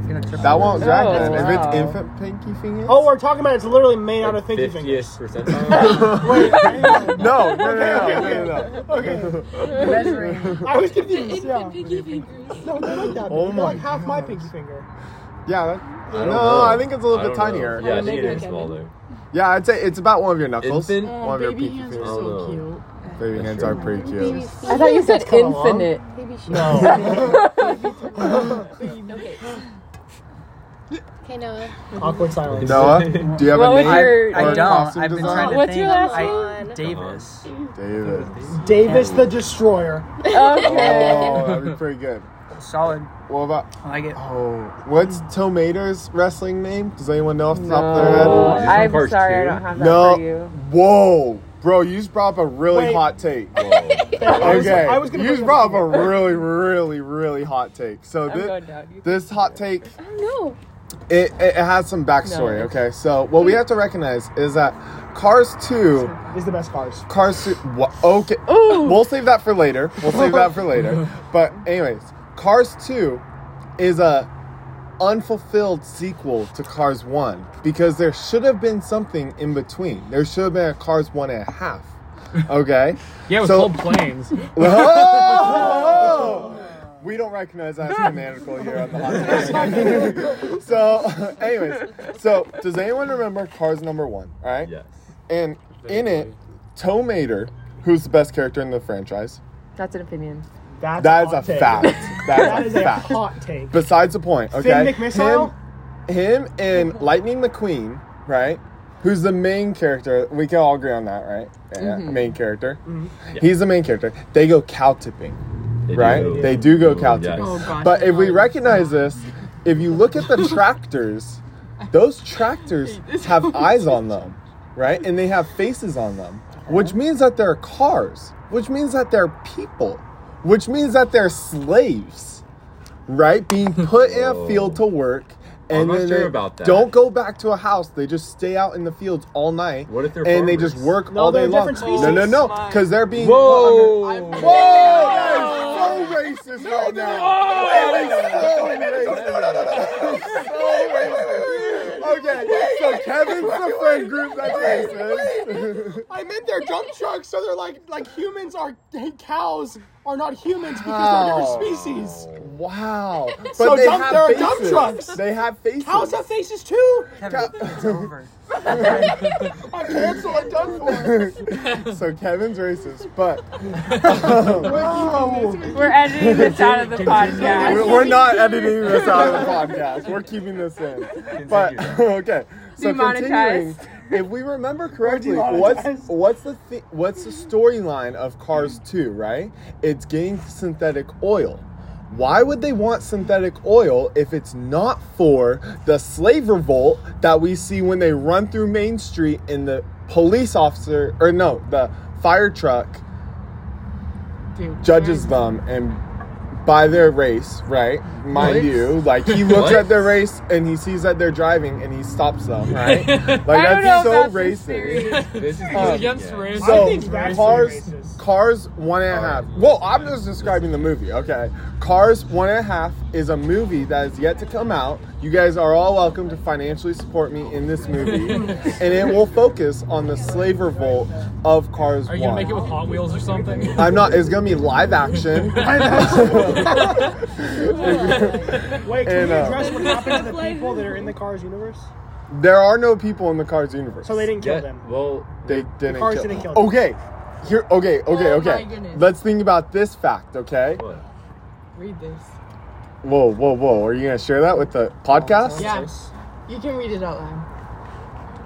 S10: It's gonna trip
S3: That
S10: over.
S3: won't drag then.
S9: Oh,
S3: If
S9: wow.
S3: it's infant pinky fingers.
S4: Oh, we're talking about it's literally made out of pinky fingers.
S2: 50th percentile.
S3: no, no, no, no, no, no, no.
S10: Measuring.
S4: I was confused. yeah.
S5: Pinky fingers.
S4: No, they're like that.
S3: Oh
S4: Oh my
S3: my
S4: like half my pinky finger.
S3: Yeah. That,
S2: I
S3: no,
S2: don't know.
S3: I think it's a little
S2: I
S3: bit
S2: don't know.
S3: tinier.
S2: Yeah, I
S5: Oh,
S2: think it
S5: maybe
S2: is
S5: I can.
S2: smaller. Uh-huh.
S3: Yeah, I'd say it's about one of your knuckles.
S2: Infant?
S3: one of your pinky fingers.
S2: are so cute.
S3: Baby
S2: That's
S3: hands
S2: true.
S3: are pretty cute.
S9: I thought you said
S4: That's kinda long.
S9: infinite.
S5: Okay, Noah.
S4: Awkward silence.
S3: Noah, do you have a
S9: What would
S3: name?
S9: your-
S3: or
S10: I
S3: a
S10: don't.
S3: costume
S10: I've been
S3: design?
S10: trying to
S9: What's
S10: think.
S9: your last
S10: I-
S5: name?
S10: Davis.
S3: David.
S4: Davis the Destroyer.
S9: Okay.
S3: Oh, that'd be pretty good.
S10: Solid.
S3: What about?
S10: I like it.
S3: Oh, what's Tomato's wrestling name? Does anyone know off the top
S9: Oh,
S3: of
S2: Is
S3: their
S2: this on
S9: I'm
S2: part
S9: sorry,
S2: two?
S9: I don't have that for
S3: head?
S9: you.
S3: Whoa, bro, you just brought up a really
S4: Wait.
S3: hot take.
S2: Whoa.
S4: I was,
S3: Okay,
S4: I was gonna
S3: you
S4: bring
S3: just
S4: up-
S3: brought up a really, really, really hot take. So
S9: I'm going
S3: this,
S9: down. You-
S3: this hot take
S5: No.
S3: it, it, it has some backstory.
S9: No.
S3: Okay, so what we have to recognize is that Cars Two,
S4: is the best cars.
S3: Cars Two. wha- okay, we'll save that for later. We'll save that for later. But anyways, Cars Two is a unfulfilled sequel to Cars One because there should have been something in between. There should have been a Cars One and a half. Okay.
S6: Yeah, it was
S3: So-
S6: called planes.
S3: Oh! We don't recognize that as canonical here on the hot take. so, anyways, so does anyone remember Cars number one? All right,
S2: Yes.
S3: and in it, Tomater, who's the best character in the franchise,
S9: That's an opinion.
S4: That's
S3: that is
S4: hot
S3: a
S4: take.
S3: fact. That
S4: That
S3: is
S4: is
S3: a
S4: a
S3: fact.
S4: hot take.
S3: Besides the point, okay?
S4: Finn McMissile?
S3: Him, him and Lightning McQueen, right? Who's the main character? We can all agree on that, right? Yeah, Main character.
S4: Mm-hmm.
S3: He's the main character. They go cow tipping
S2: They
S3: right?
S2: do.
S3: They do go
S2: Ooh,
S3: cow
S2: yes.
S3: tipping.
S9: Oh, gosh,
S3: but if we
S9: no.
S3: recognize this, if you look at the tractors, those tractors have eyes on them, right? And they have faces on them, which means that they're cars, which means that they're people, which means that they're slaves, right? Being put in a
S2: Whoa.
S3: field to work. And
S2: I'm not
S3: then
S2: sure
S3: they
S2: about that.
S3: Don't go back to a house. They just stay out in the fields all night.
S2: What if they're
S3: and they
S2: farmers?
S3: just work
S4: No,
S3: all
S4: they're
S3: day
S4: a
S3: long.
S4: different
S3: No, no,
S4: species.
S3: no, because they're being put under-
S2: Whoa!
S3: Whoa! That is so racist right now. Okay, so Kevin's the friend group that's racist.
S4: I meant they're dump trucks, so they're like like humans are cows are not humans because they're different
S3: Oh.
S4: species.
S3: Wow. But
S4: So
S3: they
S4: dump-
S3: have
S4: they're
S3: faces.
S4: dump trucks.
S3: They have faces.
S4: Cows have faces too.
S10: Kevin, it's over.
S4: I cancel. I'm done for.
S3: so Kevin's racist, but
S9: We're editing this out of the podcast.
S3: we're, we're not editing this out of the podcast. We're keeping this in. But okay, so continuing,
S9: Demonetized.
S3: if we remember correctly, what's what's the th- what's the storyline of Cars Two? Right, it's getting synthetic oil. Why would they want synthetic oil if it's not for the slave revolt that we see when they run through Main Street and the police officer, or no, the fire truck judges them and by their race, right? Mind
S2: What?
S3: you, like he looks
S2: What?
S3: at their race and he sees that they're driving and he stops them, right? Like
S9: I don't
S3: that's
S9: know
S3: so
S9: about this
S3: racist.
S9: theory.
S2: This is
S3: Um,
S6: against race.
S4: I
S3: So
S4: think that's
S3: cars,
S4: racist.
S3: cars one and a half. Well, I'm just describing the movie. Okay, Cars one and a half is a movie that is yet to come out. You guys are all welcome to financially support me in this movie, and it will focus on the slave revolt of Cars
S6: Are you
S3: one.
S6: gonna make it with Hot Wheels or something?
S3: I'm not. It's gonna be live action.
S4: Wait, can
S3: And,
S4: we
S3: uh,
S4: address what happened to the people that are in the Cars universe?
S3: There are no people in the Cars universe.
S4: So they didn't kill
S2: Yeah,
S4: them.
S2: well,
S3: They didn't.
S4: Cars
S3: kill.
S4: didn't kill them.
S3: Okay. here, okay, okay,
S9: Oh my
S3: okay.
S9: goodness.
S3: Let's think about this fact, okay?
S2: What?
S1: Read this.
S3: Whoa, whoa, whoa. Are you going to share that with the podcast?
S1: Yeah. You can read it out loud.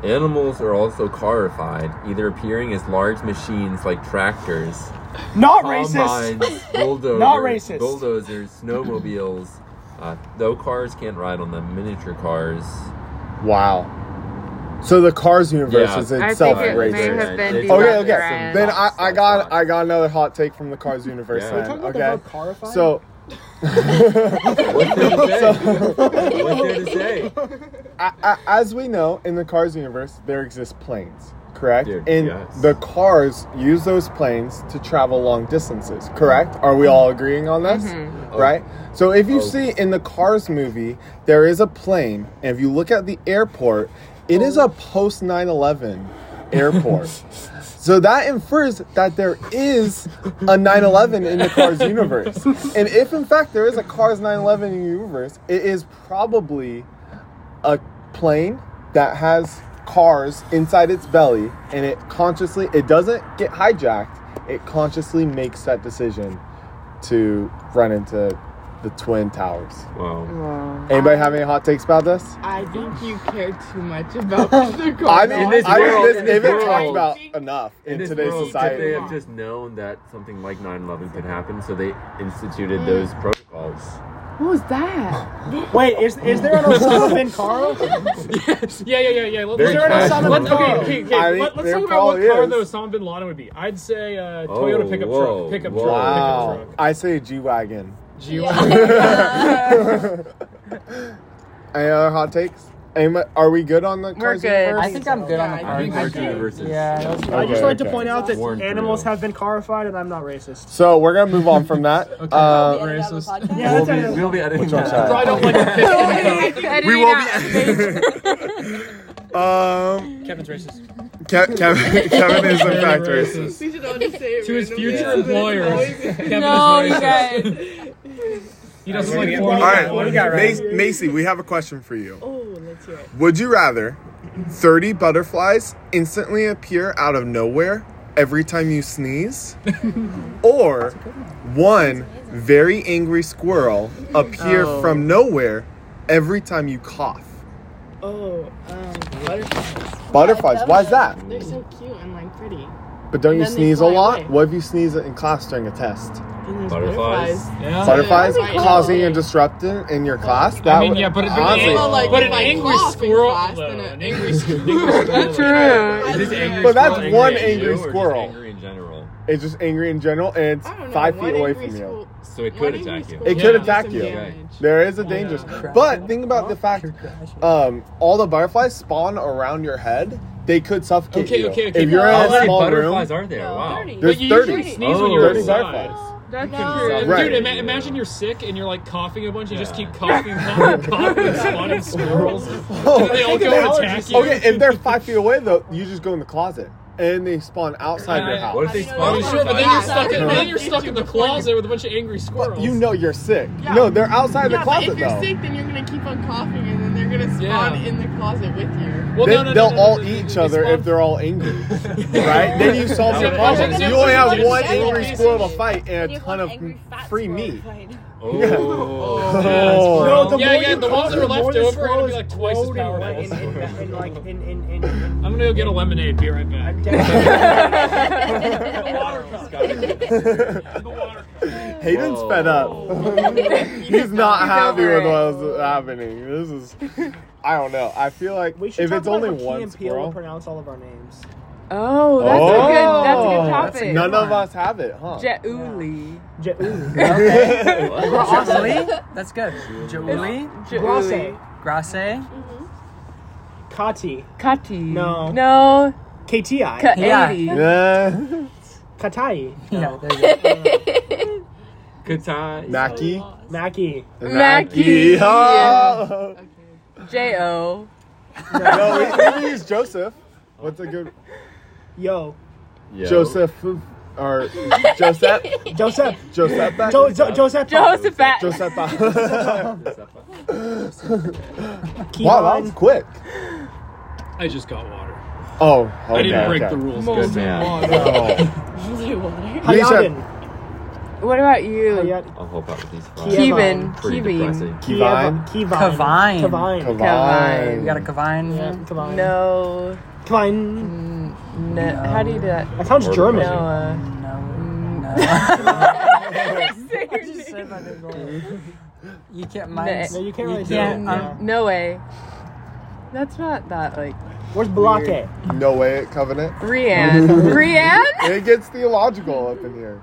S2: Animals are also carified, either appearing as large machines like tractors,
S4: Not racist.
S2: combines, bulldozers,
S4: Not racist.
S2: bulldozers, snowmobiles. Uh, though cars can't ride on them, miniature cars.
S3: Wow. So the Cars universe
S2: Yeah.
S3: is
S9: I
S3: itself
S2: it
S9: think it
S2: may
S9: may
S2: Right,
S9: have
S2: have been
S9: been
S2: right.
S3: Okay,
S2: Right.
S3: okay.
S2: Right.
S3: Then I, I got I got another hot take from the Cars universe.
S2: Yeah.
S3: Then,
S2: We're talking
S3: okay.
S7: carified?
S3: so
S2: What's there to say? What's there to say?
S3: a- a- as we know, in the Cars universe, there exist planes, correct?
S2: Dude,
S3: and
S2: yes.
S3: the cars use those planes to travel long distances, correct? Are we all agreeing on this? Right? So if you
S2: Oh.
S3: see in the Cars movie, there is a plane, and if you look at the airport, it is a post 9 11 airport. so that infers that there is a 9 11 in the Cars universe. and if in fact there is a Cars 9 11 in the universe, it is probably a plane that has cars inside its belly and it consciously it doesn't get hijacked it consciously makes that decision to run into the twin towers
S2: Wow.
S3: anybody have any hot takes about this
S1: I think you care too much about the car.
S3: i mean
S2: In this
S3: i
S2: world-
S3: think
S2: in
S3: this
S2: this
S3: isn't talked
S2: world-
S3: about enough in,
S2: In this
S3: today's
S2: world, could they
S3: society
S2: have just known that something like 9/11 could happen, so they
S1: Mm.
S2: instituted those protocols.
S9: What was that?
S4: Wait, is is there an Osama bin Carl?
S6: yeah, yeah, yeah, yeah. Let,
S2: Very
S6: us
S2: Is there an fast. Osama bin
S6: let, okay,
S4: Laden?
S6: okay, okay.
S3: I
S6: let,
S3: think
S6: us
S3: there
S6: talk about what
S3: probably
S6: car
S3: is.
S6: the Osama bin Laden would be. I'd say uh,
S2: Oh,
S6: Toyota pickup
S2: whoa,
S6: truck. Pickup
S2: whoa.
S6: truck.
S3: wow
S6: Pickup truck.
S3: i say g-wagon
S5: Yeah.
S3: any other hot takes Anybody- are we good on the
S9: We're
S3: cars
S9: good.
S10: I think I'm good on the
S1: Yeah,
S10: cars.
S1: I think
S2: Cars universe is-
S10: Yeah, that was
S4: I'd just
S3: Okay,
S4: like to
S3: okay.
S4: point out that
S2: Warren
S4: animals
S2: Farrell.
S4: have been carified, and I'm not racist.
S3: so we're gonna move on from that uh,
S4: Yeah,
S2: We'll
S4: that's
S2: be,
S4: it.
S2: we'll be editing
S3: one's
S2: that.
S3: that?
S6: I don't like the
S9: we will be.
S3: um
S6: Kevin's racist.
S3: Ke- Kevin, Kevin is in fact racist
S1: We should all just say it
S6: To his
S1: randomly.
S6: future
S1: Yeah.
S6: employers, Kevin
S5: No,
S6: is
S5: you
S6: racist.
S5: guys.
S6: He doesn't like
S4: All
S6: foreign
S3: All right,
S4: What do you got,
S6: employees.
S3: Mace- Macy, we have a question for you.
S1: Oh, let's hear it.
S3: Would you rather 30 butterflies instantly appear out of nowhere every time you sneeze? or one very angry squirrel appear from nowhere every time you cough?
S1: Oh, um, butterflies.
S3: Butterflies, why is that?
S1: They're so cute and like pretty.
S3: But don't you
S1: Then they
S3: sneeze a
S1: fly
S3: lot?
S1: away. Oh,
S3: What if you sneeze in class during a test?
S1: Then there's
S2: Butterflies.
S6: Yeah.
S3: Butterflies
S1: that'd be cool.
S3: causing a disruption in your class? That
S6: I mean,
S3: would-
S6: yeah, but, it- but,
S3: honestly,
S6: an,
S1: Well, like,
S6: but
S1: if
S6: an
S1: I
S6: angry
S1: cough in
S6: squirrel,
S1: class,
S6: though,
S1: then
S6: an
S1: it-
S6: angry, s- angry squirrel.
S9: True.
S2: Is this angry
S3: But that's
S2: squirrel
S3: one
S2: angry at
S3: angry
S2: you, or just
S3: squirrel.
S2: Angry in general.
S3: it's just angry in general and it's
S1: I don't know.
S3: five
S1: one
S3: feet away
S1: angry
S3: from you.
S1: squirrel-
S2: So it
S1: one
S2: could
S1: angry
S2: attack you.
S1: squirrel
S3: It
S1: can
S3: could
S1: do
S3: attack
S1: some
S3: you.
S1: damage.
S3: There is a dangerous. But think about the fact um, all the butterflies spawn around your head. They could suffocate
S6: Okay,
S3: you.
S6: okay, okay.
S3: If you're
S2: How
S3: in a
S2: many
S3: small room,
S2: Oh, butterflies are there? Wow.
S5: Thirty.
S3: there's
S6: But you
S3: 30.
S6: usually sneeze when
S2: Oh,
S6: you're
S3: 30
S6: outside.
S3: butterflies.
S9: That's
S2: Right.
S6: Dude,
S3: Right.
S6: ima- imagine you're sick and you're like coughing a bunch. You just keep coughing, coughing, coughing, spawning squirrels.
S3: Oh,
S6: they all go
S3: they're-
S6: attack you.
S3: Okay, if they're five feet away, though, you just go in the closet and they spawn outside your
S6: Yeah.
S3: house.
S2: What if they
S1: How do you
S2: spawn
S1: know
S6: Oh,
S1: that?
S6: sure, but then you're stuck. In,
S3: Yeah.
S6: then you're stuck in the closet with a bunch of angry
S3: But
S6: squirrels.
S3: you know you're sick. No, they're outside
S1: Yeah,
S3: the
S1: but
S3: closet
S1: if you're
S3: though.
S1: sick, then you're gonna keep on coughing, and then they're gonna spawn
S6: Yeah.
S1: in the closet with you.
S6: Well,
S3: They,
S6: no, no, no,
S3: they'll
S6: no, no,
S3: all
S6: no,
S3: eat
S6: no,
S3: each
S6: they
S3: other
S6: spawn-
S3: if they're all angry, right? then you solve the
S6: Yeah.
S3: problem.
S6: Yeah.
S3: You only have
S6: Yeah.
S3: one
S6: Yeah.
S3: angry
S6: Yeah.
S3: squirrel to fight and a ton of free meat.
S2: Oh.
S6: Oh,
S4: No, the
S6: yeah,
S4: more
S6: yeah,
S4: you
S6: the ones
S4: cough,
S6: that are
S4: the more
S6: left
S4: the
S6: over
S4: squirrel
S6: are gonna be
S4: is
S6: like twice as
S4: bloated, like, in-
S6: powerful.
S4: in- in- like, in- in- in- in-
S6: I'm gonna go get a lemonade. Be right back.
S3: Hayden's
S2: Whoa.
S3: fed up. He's not happy
S9: over
S3: with
S9: it.
S3: what's happening. This is, I don't know. I feel like
S4: We
S3: if
S4: should talk
S3: it's
S4: about
S3: only
S4: how Key
S3: one
S4: and Peele will
S3: squirrel,
S4: pronounce all of our names.
S9: Oh, that's a good. That's a
S3: Oh.
S9: good topic.
S3: none of us have it, huh?
S10: Jauli.
S4: Je- ooh.
S10: Okay.
S2: What?
S10: Jauli? That's good. Jauli?
S4: Grasse.
S10: Grasse?
S4: Mm-hmm. Kati.
S9: Kati.
S4: No.
S9: No.
S4: KTI.
S9: Ka-
S10: Yeah.
S9: 80.
S3: Yeah.
S4: Katai.
S10: Yeah, there you go.
S2: Good time.
S3: Mackie.
S4: Mackie.
S9: Mackie.
S3: Oh.
S9: J O.
S3: No, we, we use Joseph. What's a good
S4: Yo.
S2: Yo.
S3: Joseph or Joseph?
S4: Joseph.
S3: Joseph.
S4: Jo- jo- Joseph.
S9: Josephat.
S3: Joseph.
S4: Keon.
S3: wow, that was quick.
S6: I just got water.
S3: Oh, okay,
S6: I didn't break
S3: okay.
S6: the rules.
S2: Good man.
S3: Oh.
S1: you water.
S3: Misha,
S4: Hayadin.
S9: What about you?
S4: Hayad-
S2: I'll help out with these five.
S9: Kevin.
S2: Pretty depressing.
S4: Kiev-
S3: Kivine?
S10: Kavine.
S4: Kivine. Kivine.
S10: We got a Kavine.
S4: Yeah, Kivine.
S9: No.
S4: Kivine.
S9: Mm, No. How do you do that?
S4: That sounds
S2: Or
S4: German.
S9: No. Uh,
S10: No. No.
S9: say your name.
S10: you can't mind.
S9: No,
S4: you can't really do
S10: can't,
S4: it,
S10: um,
S9: No way. That's not that like
S4: Where's Balake?
S3: No way at Covenant.
S9: Rianne. Rianne.
S3: It gets theological up in here.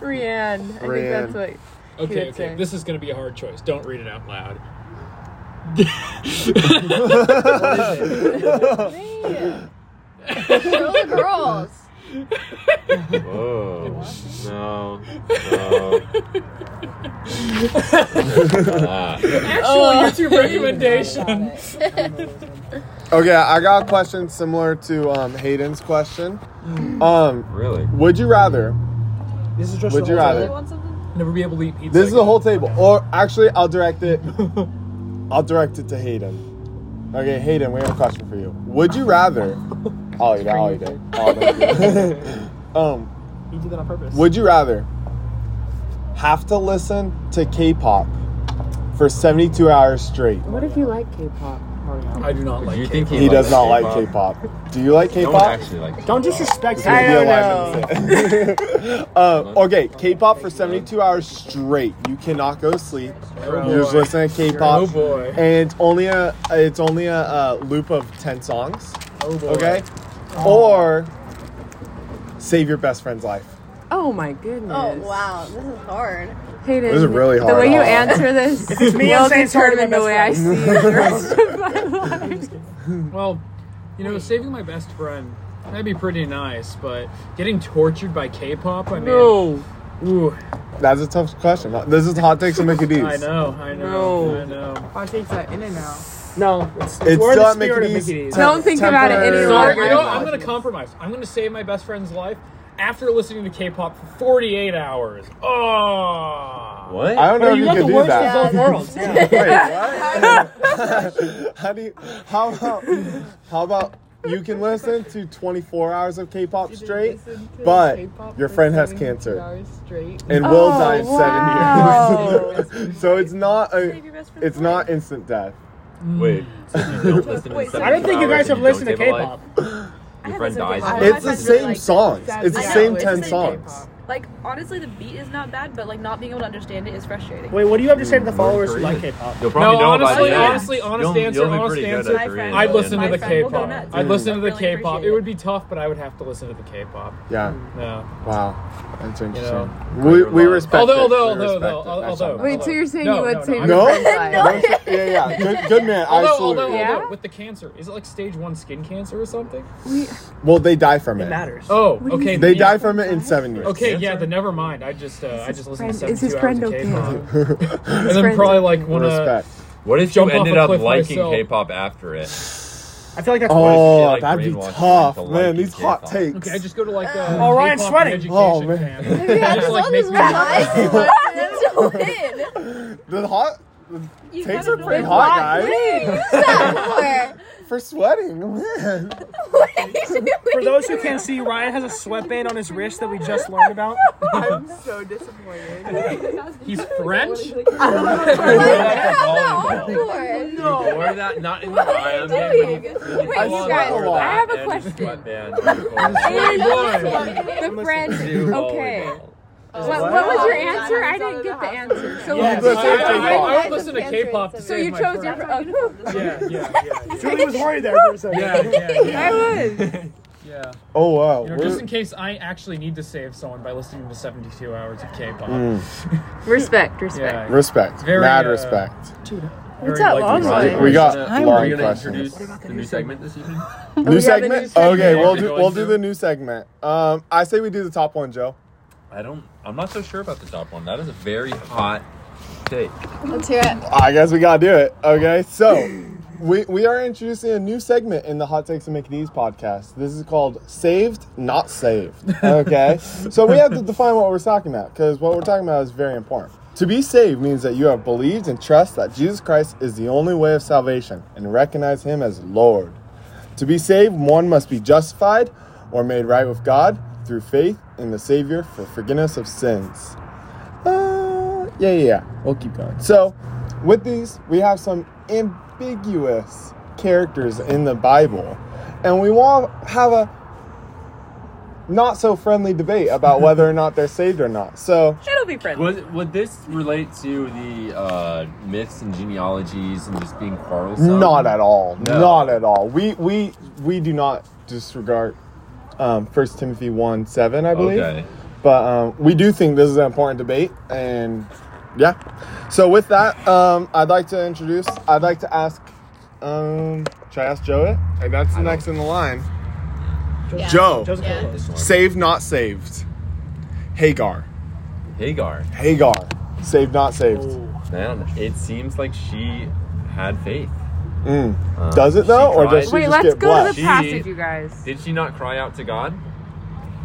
S9: Rianne. I think that's what.
S6: Okay,
S9: Good
S6: okay.
S9: sir.
S6: This is going to be a hard choice. Don't read it out loud.
S5: Man. Show the girls.
S2: Whoa. No. No. Ah.
S6: YouTube recommendation.
S3: Okay, I got a question similar to um, Hayden's question. Um,
S2: really?
S3: would you rather?
S4: This is just
S3: Would
S4: the
S3: you
S4: whole-
S3: rather?
S6: Never be able to eat pizza.
S3: This is the
S6: again.
S3: whole table. Or actually, I'll direct it. I'll direct it to Hayden. Okay, Hayden, we have a question for you. Would you rather? I'll eat it. I'll eat it. I'll eat it. um,
S4: You did that on purpose.
S3: would you rather have to listen to K-pop for 72 hours straight?
S9: What if you like K-pop? Mario?
S6: I do not like.
S2: Do you think
S6: K-pop.
S2: he,
S3: He does
S2: likes
S3: not like K-pop. Do you like
S2: Don't
S3: K-pop?
S2: actually like
S4: Don't
S2: K-pop.
S4: disrespect
S9: I
S4: me.
S9: don't
S3: know. uh, okay, K-pop for 72 hours straight. You cannot go to sleep.
S6: Oh,
S3: You just
S6: boy.
S3: listen to K-pop.
S6: Oh boy.
S3: and it's only a it's only a, uh loop of 10 songs
S6: Oh boy.
S3: okay or save your best friend's life
S9: Oh my goodness.
S5: Oh wow, this is hard.
S9: Hayden,
S3: This is really
S9: The
S3: hard.
S9: way you
S3: Oh.
S9: answer this
S4: me,
S9: will
S4: I'm saying sorry to my
S9: determine the
S4: best
S9: way I
S4: friend.
S9: see the rest of my life.
S6: Well, you know, saving my best friend that'd be pretty nice, but getting tortured by K-pop. I mean, Ooh,
S3: that's a tough question this is hot takes and mickey d's
S6: I know, I know,
S9: No.
S6: I know.
S10: I'll take that in and out.
S4: No, it's,
S3: it's
S4: we're in
S3: still
S4: the
S3: at mickey
S4: spirit of
S3: d's,
S4: Mickey D's.
S3: Tem-
S9: Don't think about it
S3: temporary-
S9: any
S6: Sorry,
S9: longer.
S6: you know, what? I'm gonna compromise. I'm gonna save my best friend's life after listening to K-pop for 48 hours. Oh.
S2: What?
S3: i don't know
S4: Bro,
S3: if
S4: you
S3: you,
S4: got
S3: can
S4: the
S3: do
S4: worst
S3: that
S4: of both worlds. Yeah.
S3: how do you how about how about you can listen to 24 hours of k-pop straight but your friend has cancer. and will
S9: Oh,
S3: die in
S9: wow.
S3: seven years so it's not a it's not instant death
S2: Wait. So you don't listen to
S5: Wait, so
S2: seven
S4: I don't think you
S2: hours
S4: guys have
S2: and you
S4: listened to
S2: don't save a
S4: K-pop.
S2: life?
S5: I
S2: Your
S5: have
S2: friend
S5: listened to
S2: dies.
S5: K-pop.
S2: and-
S3: it's the
S5: my friends really
S3: same
S5: liked it.
S3: songs
S9: That's-
S3: it's the
S5: I know,
S3: same
S5: it's
S3: 10
S5: the same
S3: songs
S5: Like honestly, the beat is not bad, but like not being able to understand it is frustrating.
S4: Wait, what do you have to say to the
S2: North
S4: followers who
S2: Korea.
S4: like K-pop?
S2: You'll probably
S6: No,
S2: know about
S6: honestly,
S2: it.
S6: honestly, honest
S2: You'll- you'll
S6: answer,
S2: be
S6: honest
S2: pretty good
S6: answer.
S2: at Korean.
S6: I'd listen to
S5: My
S6: the
S5: friend will go
S6: K-pop.
S5: nuts.
S6: I'd listen to the
S5: Really appreciate
S6: K-pop. It
S5: it.
S6: would be tough, but I would have to listen to the K-pop.
S3: yeah
S6: No.
S3: Wow, that's interesting.
S6: know.
S3: we, we respect.
S6: Although-
S3: it.
S6: although-
S3: We respect
S6: although-
S3: it.
S6: although-
S3: That's all.
S6: although-
S9: Wait, so you're saying
S6: No,
S9: you would
S6: no,
S9: save
S6: no.
S9: your
S3: No?
S9: friend's life?
S3: Don't say- yeah, yeah. Good, good man.
S6: Although,
S3: Absolutely.
S6: although,
S9: Yeah?
S6: although, with the cancer, is it like stage one skin cancer or something?
S3: Well, they die from
S4: It
S3: it.
S4: matters.
S6: Oh, okay.
S3: They
S6: the-
S3: die from it in seven years.
S6: Okay, yeah, then never mind. I just, uh, I just listened
S9: friend- is
S6: to
S9: his
S6: 72
S9: friend
S6: hours of
S9: okay?
S6: K-pop. and
S9: friend-
S6: then probably like one of
S3: Respect.
S2: What if you
S6: Jump off
S2: ended
S6: a
S2: up
S6: cliff
S2: liking
S6: myself.
S2: K-pop after it?
S4: I feel like that's
S2: if
S3: Oh,
S2: she, like,
S3: that'd be
S2: brainwashed
S3: tough,
S2: you into
S3: man.
S2: liking
S3: These hot
S2: K-pop?
S3: takes.
S6: Okay, I just go to like a
S4: Oh, Ryan's
S6: K-pop
S4: sweating.
S6: education
S3: Oh, man.
S6: camp.
S5: Yeah, I
S6: Just,
S5: just
S6: like,
S5: saw
S6: make
S5: this
S6: me-
S5: one. I wanted to win.
S3: the hot
S5: You
S3: takes are
S5: gotta
S3: pretty
S5: know
S3: hot,
S5: what
S3: guys.
S5: you use that
S3: For sweating, man.
S5: for. What are you doing?
S4: For those who can't see, Ryan has a sweatband on his wrist that we just learned about.
S9: I'm so disappointed.
S6: He's French.
S5: What is that for?
S2: Or that not in the
S5: What are you doing? Wait,
S9: Oh, you
S5: you
S9: guys,
S5: guys.
S9: I have a question. The friend. Okay. What, what was your answer? I didn't get the answer. So,
S6: Yes.
S3: listen to
S6: I, I,
S3: K-pop.
S6: I would listen to K-pop. To
S9: so
S6: save
S9: you
S6: my
S9: chose your.
S6: friend.
S9: Oh,
S6: Yeah, yeah, yeah,
S4: Julie was worried there for a second.
S6: yeah, yeah, yeah, yeah.
S9: I was.
S6: yeah.
S3: Oh wow.
S6: You know, just in case I actually need to save someone by listening to 72 hours of K-pop.
S3: Hmm.
S9: Respect, respect.
S6: Yeah.
S3: respect.
S6: Very,
S3: Mad
S6: uh,
S3: respect.
S6: Very
S9: that
S6: likely
S9: long
S6: to
S9: one?
S6: save
S3: We got
S2: Are
S10: I'm
S3: long
S2: you gonna
S3: questions.
S2: introduce the new segment this evening?
S9: Oh,
S3: New
S9: yeah, the
S3: segment?
S9: new segment.
S3: Okay, we'll
S2: Yeah,
S3: do
S2: we're
S3: we'll
S2: going
S3: do
S2: to.
S3: the new segment. Um, I say we do the top one, Joe.
S2: I don't. I'm not so sure about the top one. That is a very hot take.
S5: Let's hear it.
S3: I guess we gotta do it. Okay, so we we are introducing a new segment in the Hot Takes and Make These podcast. This is called Saved, Not Saved. Okay, so we have to define what we're talking about because what we're talking about is very important. To be saved means that you have believed and trust that Jesus Christ is the only way of salvation and recognize Him as Lord. To be saved, one must be justified or made right with God through faith in the Savior for forgiveness of sins. Uh, yeah, yeah, yeah. We'll keep going. So, with these, we have some ambiguous characters in the Bible, and we want to have a not so friendly debate about whether or not they're saved or not. So,
S5: It'll be friendly.
S2: Would, would this relate to the uh, myths and genealogies and just being quarrelsome?
S3: not at all,
S2: No.
S3: not at all. We we we do not disregard um, 1 Timothy one seven, I believe.
S2: Okay.
S3: But um, we do think this is an important debate, and yeah. So with that, um, I'd like to introduce. I'd like to ask. Um, should I ask Joe it? Hey, that's next in the line.
S5: Yeah.
S3: Joe,
S6: Joseph
S5: Yeah.
S6: Cobos.
S3: saved not saved. Hagar,
S2: Hagar.
S3: Hagar, saved not saved.
S6: Oh.
S2: Man, it seems like she had faith.
S3: Mm.
S2: Um,
S3: Does it though,
S2: she
S3: or does
S2: cried-
S3: she
S9: Wait,
S3: just
S9: let's
S3: get
S9: go to
S3: blessed?
S9: the
S2: She-
S9: passage, you guys.
S2: Did she not cry out to God?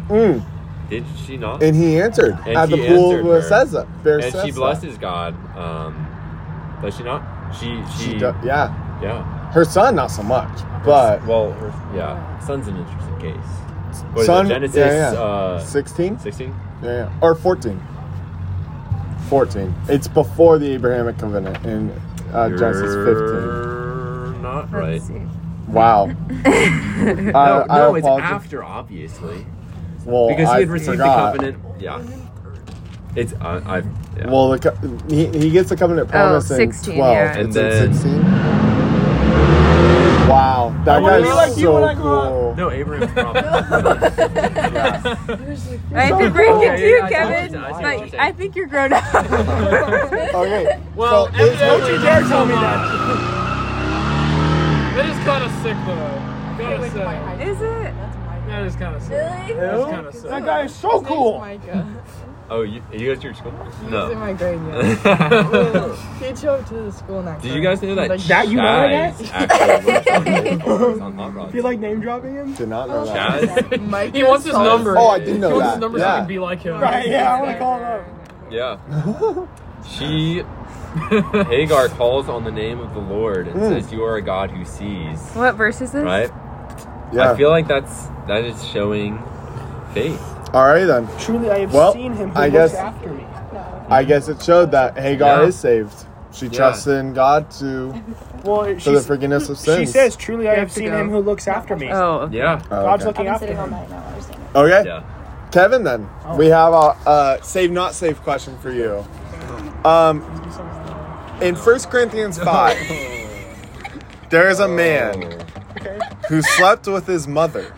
S3: Mm.
S2: Did she not?
S3: And he answered
S2: And
S3: at
S2: he
S3: the pool
S2: answered
S3: of
S2: her.
S3: Bethesda.
S2: And she
S3: Bethesda.
S2: blesses God. Um, does she not? She she,
S3: She do- yeah,
S2: yeah.
S3: her son not so much, but
S2: well, her, yeah. Son's an interesting case. What is
S3: Son-
S2: it, Genesis
S3: yeah, yeah.
S2: Uh,
S3: sixteen.
S2: 16?
S3: Yeah, yeah. Or 14. 14. It's before the Abrahamic covenant in uh, Genesis
S2: You're Not right.
S3: fifteen. Wow. I,
S2: no,
S3: I
S2: no, it's
S3: apologize.
S2: after, obviously.
S3: Well,
S2: because
S3: I
S2: he had received
S3: forgot.
S2: the covenant. Yeah. It's uh, I. I yeah.
S3: Well, the co- he, he gets the covenant promise in
S9: 16,
S3: 12.
S9: yeah.
S2: And
S3: It's
S2: then-
S3: in 16. Wow. That
S4: wanna
S3: guy's
S4: be like you when I
S3: so
S4: grow up.
S3: cool.
S2: no, Abraham's promise.
S9: I have to break
S2: Yeah,
S9: it
S2: yeah, I
S9: to you,
S2: see what you're saying, I see
S9: Kevin.
S2: what you're
S9: But
S2: saying.
S9: I think you're grown up.
S3: Okay.
S6: Well,
S3: so is-
S6: evidently-
S4: Don't you dare tell me that.
S6: That is kind of sick, though. Gotta say.
S9: Is it?
S6: That is kind of sick.
S9: Really?
S6: That's kind of sick.
S4: That guy is
S3: Oh,
S4: so cool.
S1: Micah.
S2: oh, you, you guys are at school?
S1: He's uh, in
S2: No.
S1: my grade yet. He'd show up to the school next
S2: Did you guys know that?
S1: Like,
S4: that you know
S2: Chaz actually works on Hot Rod?
S4: Feel like name dropping him?
S3: Did not know that.
S2: Chaz?
S1: Mike
S6: He wants his
S1: Saul-
S6: number.
S3: Oh, I did know
S6: he wants
S3: that.
S6: his number so
S3: Yeah.
S6: he can be like him.
S4: Right, yeah, I want to call him up.
S2: Yeah. She, Hagar calls on the name of the Lord and
S3: Mm.
S2: says, "You are a God who sees."
S9: What verse is this?
S2: Right.
S3: Yeah.
S2: I feel like that's that is showing faith.
S3: All right, then.
S4: Truly, I have
S3: Well,
S4: seen him who
S3: I
S4: looks
S3: guess-
S4: after me.
S3: I guess it showed that Hagar
S2: Mm-hmm. Yeah.
S3: is saved. She trusts in God to
S4: Well, it-
S3: for
S4: she's-
S3: the forgiveness of
S4: she
S3: sins.
S4: says, "Truly, I
S9: You
S4: have
S9: have to
S4: seen
S9: go.
S4: him who looks after me.
S9: Oh.
S2: Yeah.
S3: Oh,
S4: God's
S3: okay.
S4: looking after
S11: sitting all
S4: him."
S11: night now. I'm just saying.
S3: Okay.
S2: Yeah.
S3: Kevin, then
S4: Oh.
S3: we have a uh, save not save question for you. Um, in 1 Corinthians 5, there is a
S2: Oh.
S3: man who slept with his mother.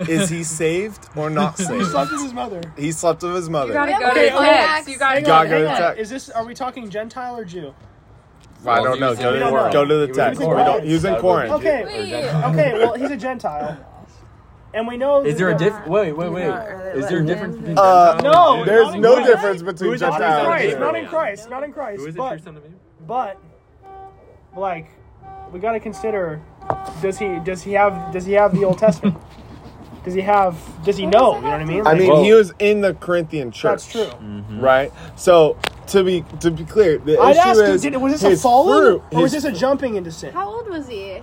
S3: is he saved or not
S4: He
S3: saved?
S4: slept with his mother.
S3: He slept with his
S9: You
S3: mother.
S9: gotta
S11: Okay,
S9: go to the text.
S11: relax.
S9: You gotta
S4: Hang
S9: go
S4: on,
S9: to
S3: go
S4: hang
S3: to
S4: on.
S3: text.
S4: Is this? Are we talking Gentile or Jew?
S3: I don't know. Go to, go to the text. We don't use in Corinth.
S4: Okay. Okay. Well, he's a Gentile, and we know.
S2: Is there a
S4: that-
S2: diff? Wait, wait, wait. Is there a difference between
S3: Uh,
S2: Gentile
S4: no,
S2: and Jew?
S3: There's
S4: not in
S3: no
S4: Christ.
S3: difference between
S2: is it?
S4: Not in
S3: Gentile and
S4: Christ.
S3: Jew.
S4: Not in Christ. Not in Christ.
S2: Who is the true
S4: But
S2: son of Abraham?
S4: but like we got to consider does he does he have does he have the Old Testament? does he have does he know? You know what I mean?
S3: I
S4: Like,
S3: mean,
S2: Whoa.
S3: he was in the Corinthian church.
S4: that's
S3: Mm.
S4: true.
S3: right? So to be to be clear, the
S4: I'd
S3: issue
S4: ask him,
S3: is
S4: did, was this a
S3: his
S4: fallen
S3: fruit-
S4: or was
S3: his-
S4: this a jumping into sin?
S11: How old was he?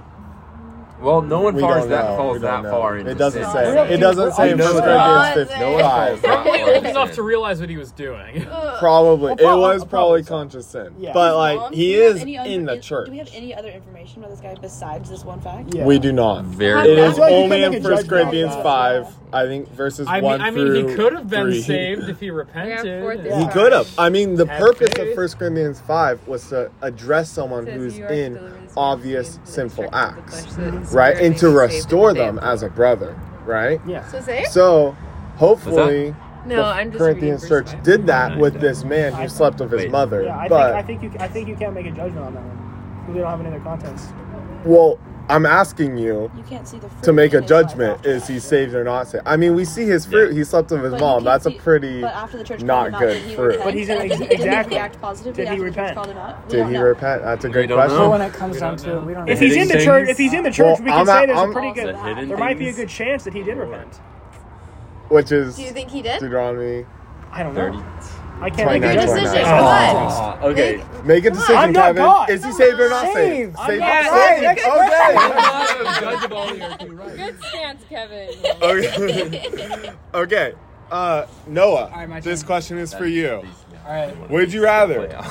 S2: Well, no one
S3: we
S2: falls
S3: don't
S2: that
S3: know.
S2: falls
S3: We
S2: that
S3: don't know.
S2: far into
S3: It doesn't
S2: sin.
S3: say.
S4: We're up to-
S3: It doesn't
S4: we're
S3: say
S2: up
S3: in
S2: to
S3: First
S2: God.
S3: Corinthians
S11: No
S3: fifteen
S11: one
S3: five.
S6: Probably old enough to realize what he was doing.
S3: Probably it
S4: prob-
S3: was probably
S4: probably so.
S3: conscious sin,
S4: Yeah.
S3: but
S11: Mom,
S3: like
S11: do
S3: he
S11: we have
S3: is
S11: any other-
S3: in the
S11: is-
S3: church.
S11: Do we have any other information about this guy besides this one fact?
S4: Yeah.
S3: We do not.
S2: Very.
S3: It is
S4: That's why you can't
S3: only
S4: make
S3: in
S4: a
S3: First
S4: judgment
S3: Corinthians
S4: on that.
S3: five, I think, verses
S6: I mean,
S3: one
S6: I mean, he
S3: through
S6: could have been
S3: three.
S6: saved if he
S9: fourth
S6: repented.
S9: is
S3: He
S9: Yeah.
S3: could have. I mean, the
S6: Had
S3: purpose of
S6: faith.
S3: First Corinthians five was to address someone
S9: Says
S3: who's
S9: you are to
S3: in
S9: deliver this
S3: obvious
S9: person to the
S3: sinful
S9: destruction of the
S3: acts,
S9: flesh, so that the
S3: right,
S9: spirit
S3: and
S9: may
S3: to
S9: be saved in
S3: restore
S9: the day
S3: them
S9: of
S3: as a brother, right?
S4: Yeah.
S9: So say
S3: So, hopefully,
S9: No,
S3: the
S9: I'm just
S3: Corinthians
S9: reading
S3: church
S9: verse five.
S3: did that with this man who slept with his
S2: Wait.
S3: mother.
S4: Yeah, I
S3: but
S4: think I think you I think you can't make a judgment on that one. 'cause We don't have any other context.
S3: well, I'm asking you
S11: You can't see the fruit
S3: to make
S11: in
S3: a
S11: his life
S3: judgment:
S11: after
S3: is
S11: that.
S3: he saved or not saved? I mean, we see his fruit. He slept with his
S11: But you
S3: mom.
S11: can't
S3: That's a
S11: see-
S3: pretty.
S11: But after the church
S3: not
S11: called him
S3: good
S11: out, did he
S3: fruit.
S11: repent?
S4: But he's in-
S11: Did he
S4: exactly.
S11: act positively
S4: Did he
S11: after the church
S4: repent?
S11: called him out? We
S3: Did
S11: don't
S3: he
S11: know.
S3: repent? That's a
S2: We
S3: great
S2: don't
S3: question.
S10: But
S2: know.
S10: when it comes
S6: We
S10: down
S6: don't
S10: to it,
S6: know.
S10: we don't
S4: If
S10: know.
S4: he's in the
S2: Things-
S4: church, if he's in the church,
S3: Well,
S4: we can
S3: I'm
S4: say
S3: at-
S4: there's
S3: I'm-
S4: a pretty good.
S2: The hidden
S4: There might be a
S2: things.
S4: good chance that he did repent.
S3: Which is
S11: Do you think he did?
S3: Deuteronomy
S4: I don't know.
S2: Thirty. Oh.
S4: I can't make a
S3: 29,
S4: judgment. Oh.
S3: 29. Aw, Okay, make a decision,
S4: I'm not
S3: Kevin.
S4: God.
S3: Is he saved or not saved?
S4: I'm
S3: Saved.
S4: not
S3: saved.
S4: saved.
S12: Good stance, Kevin.
S3: Okay. okay. Uh, Noah, this question is for you. Would you rather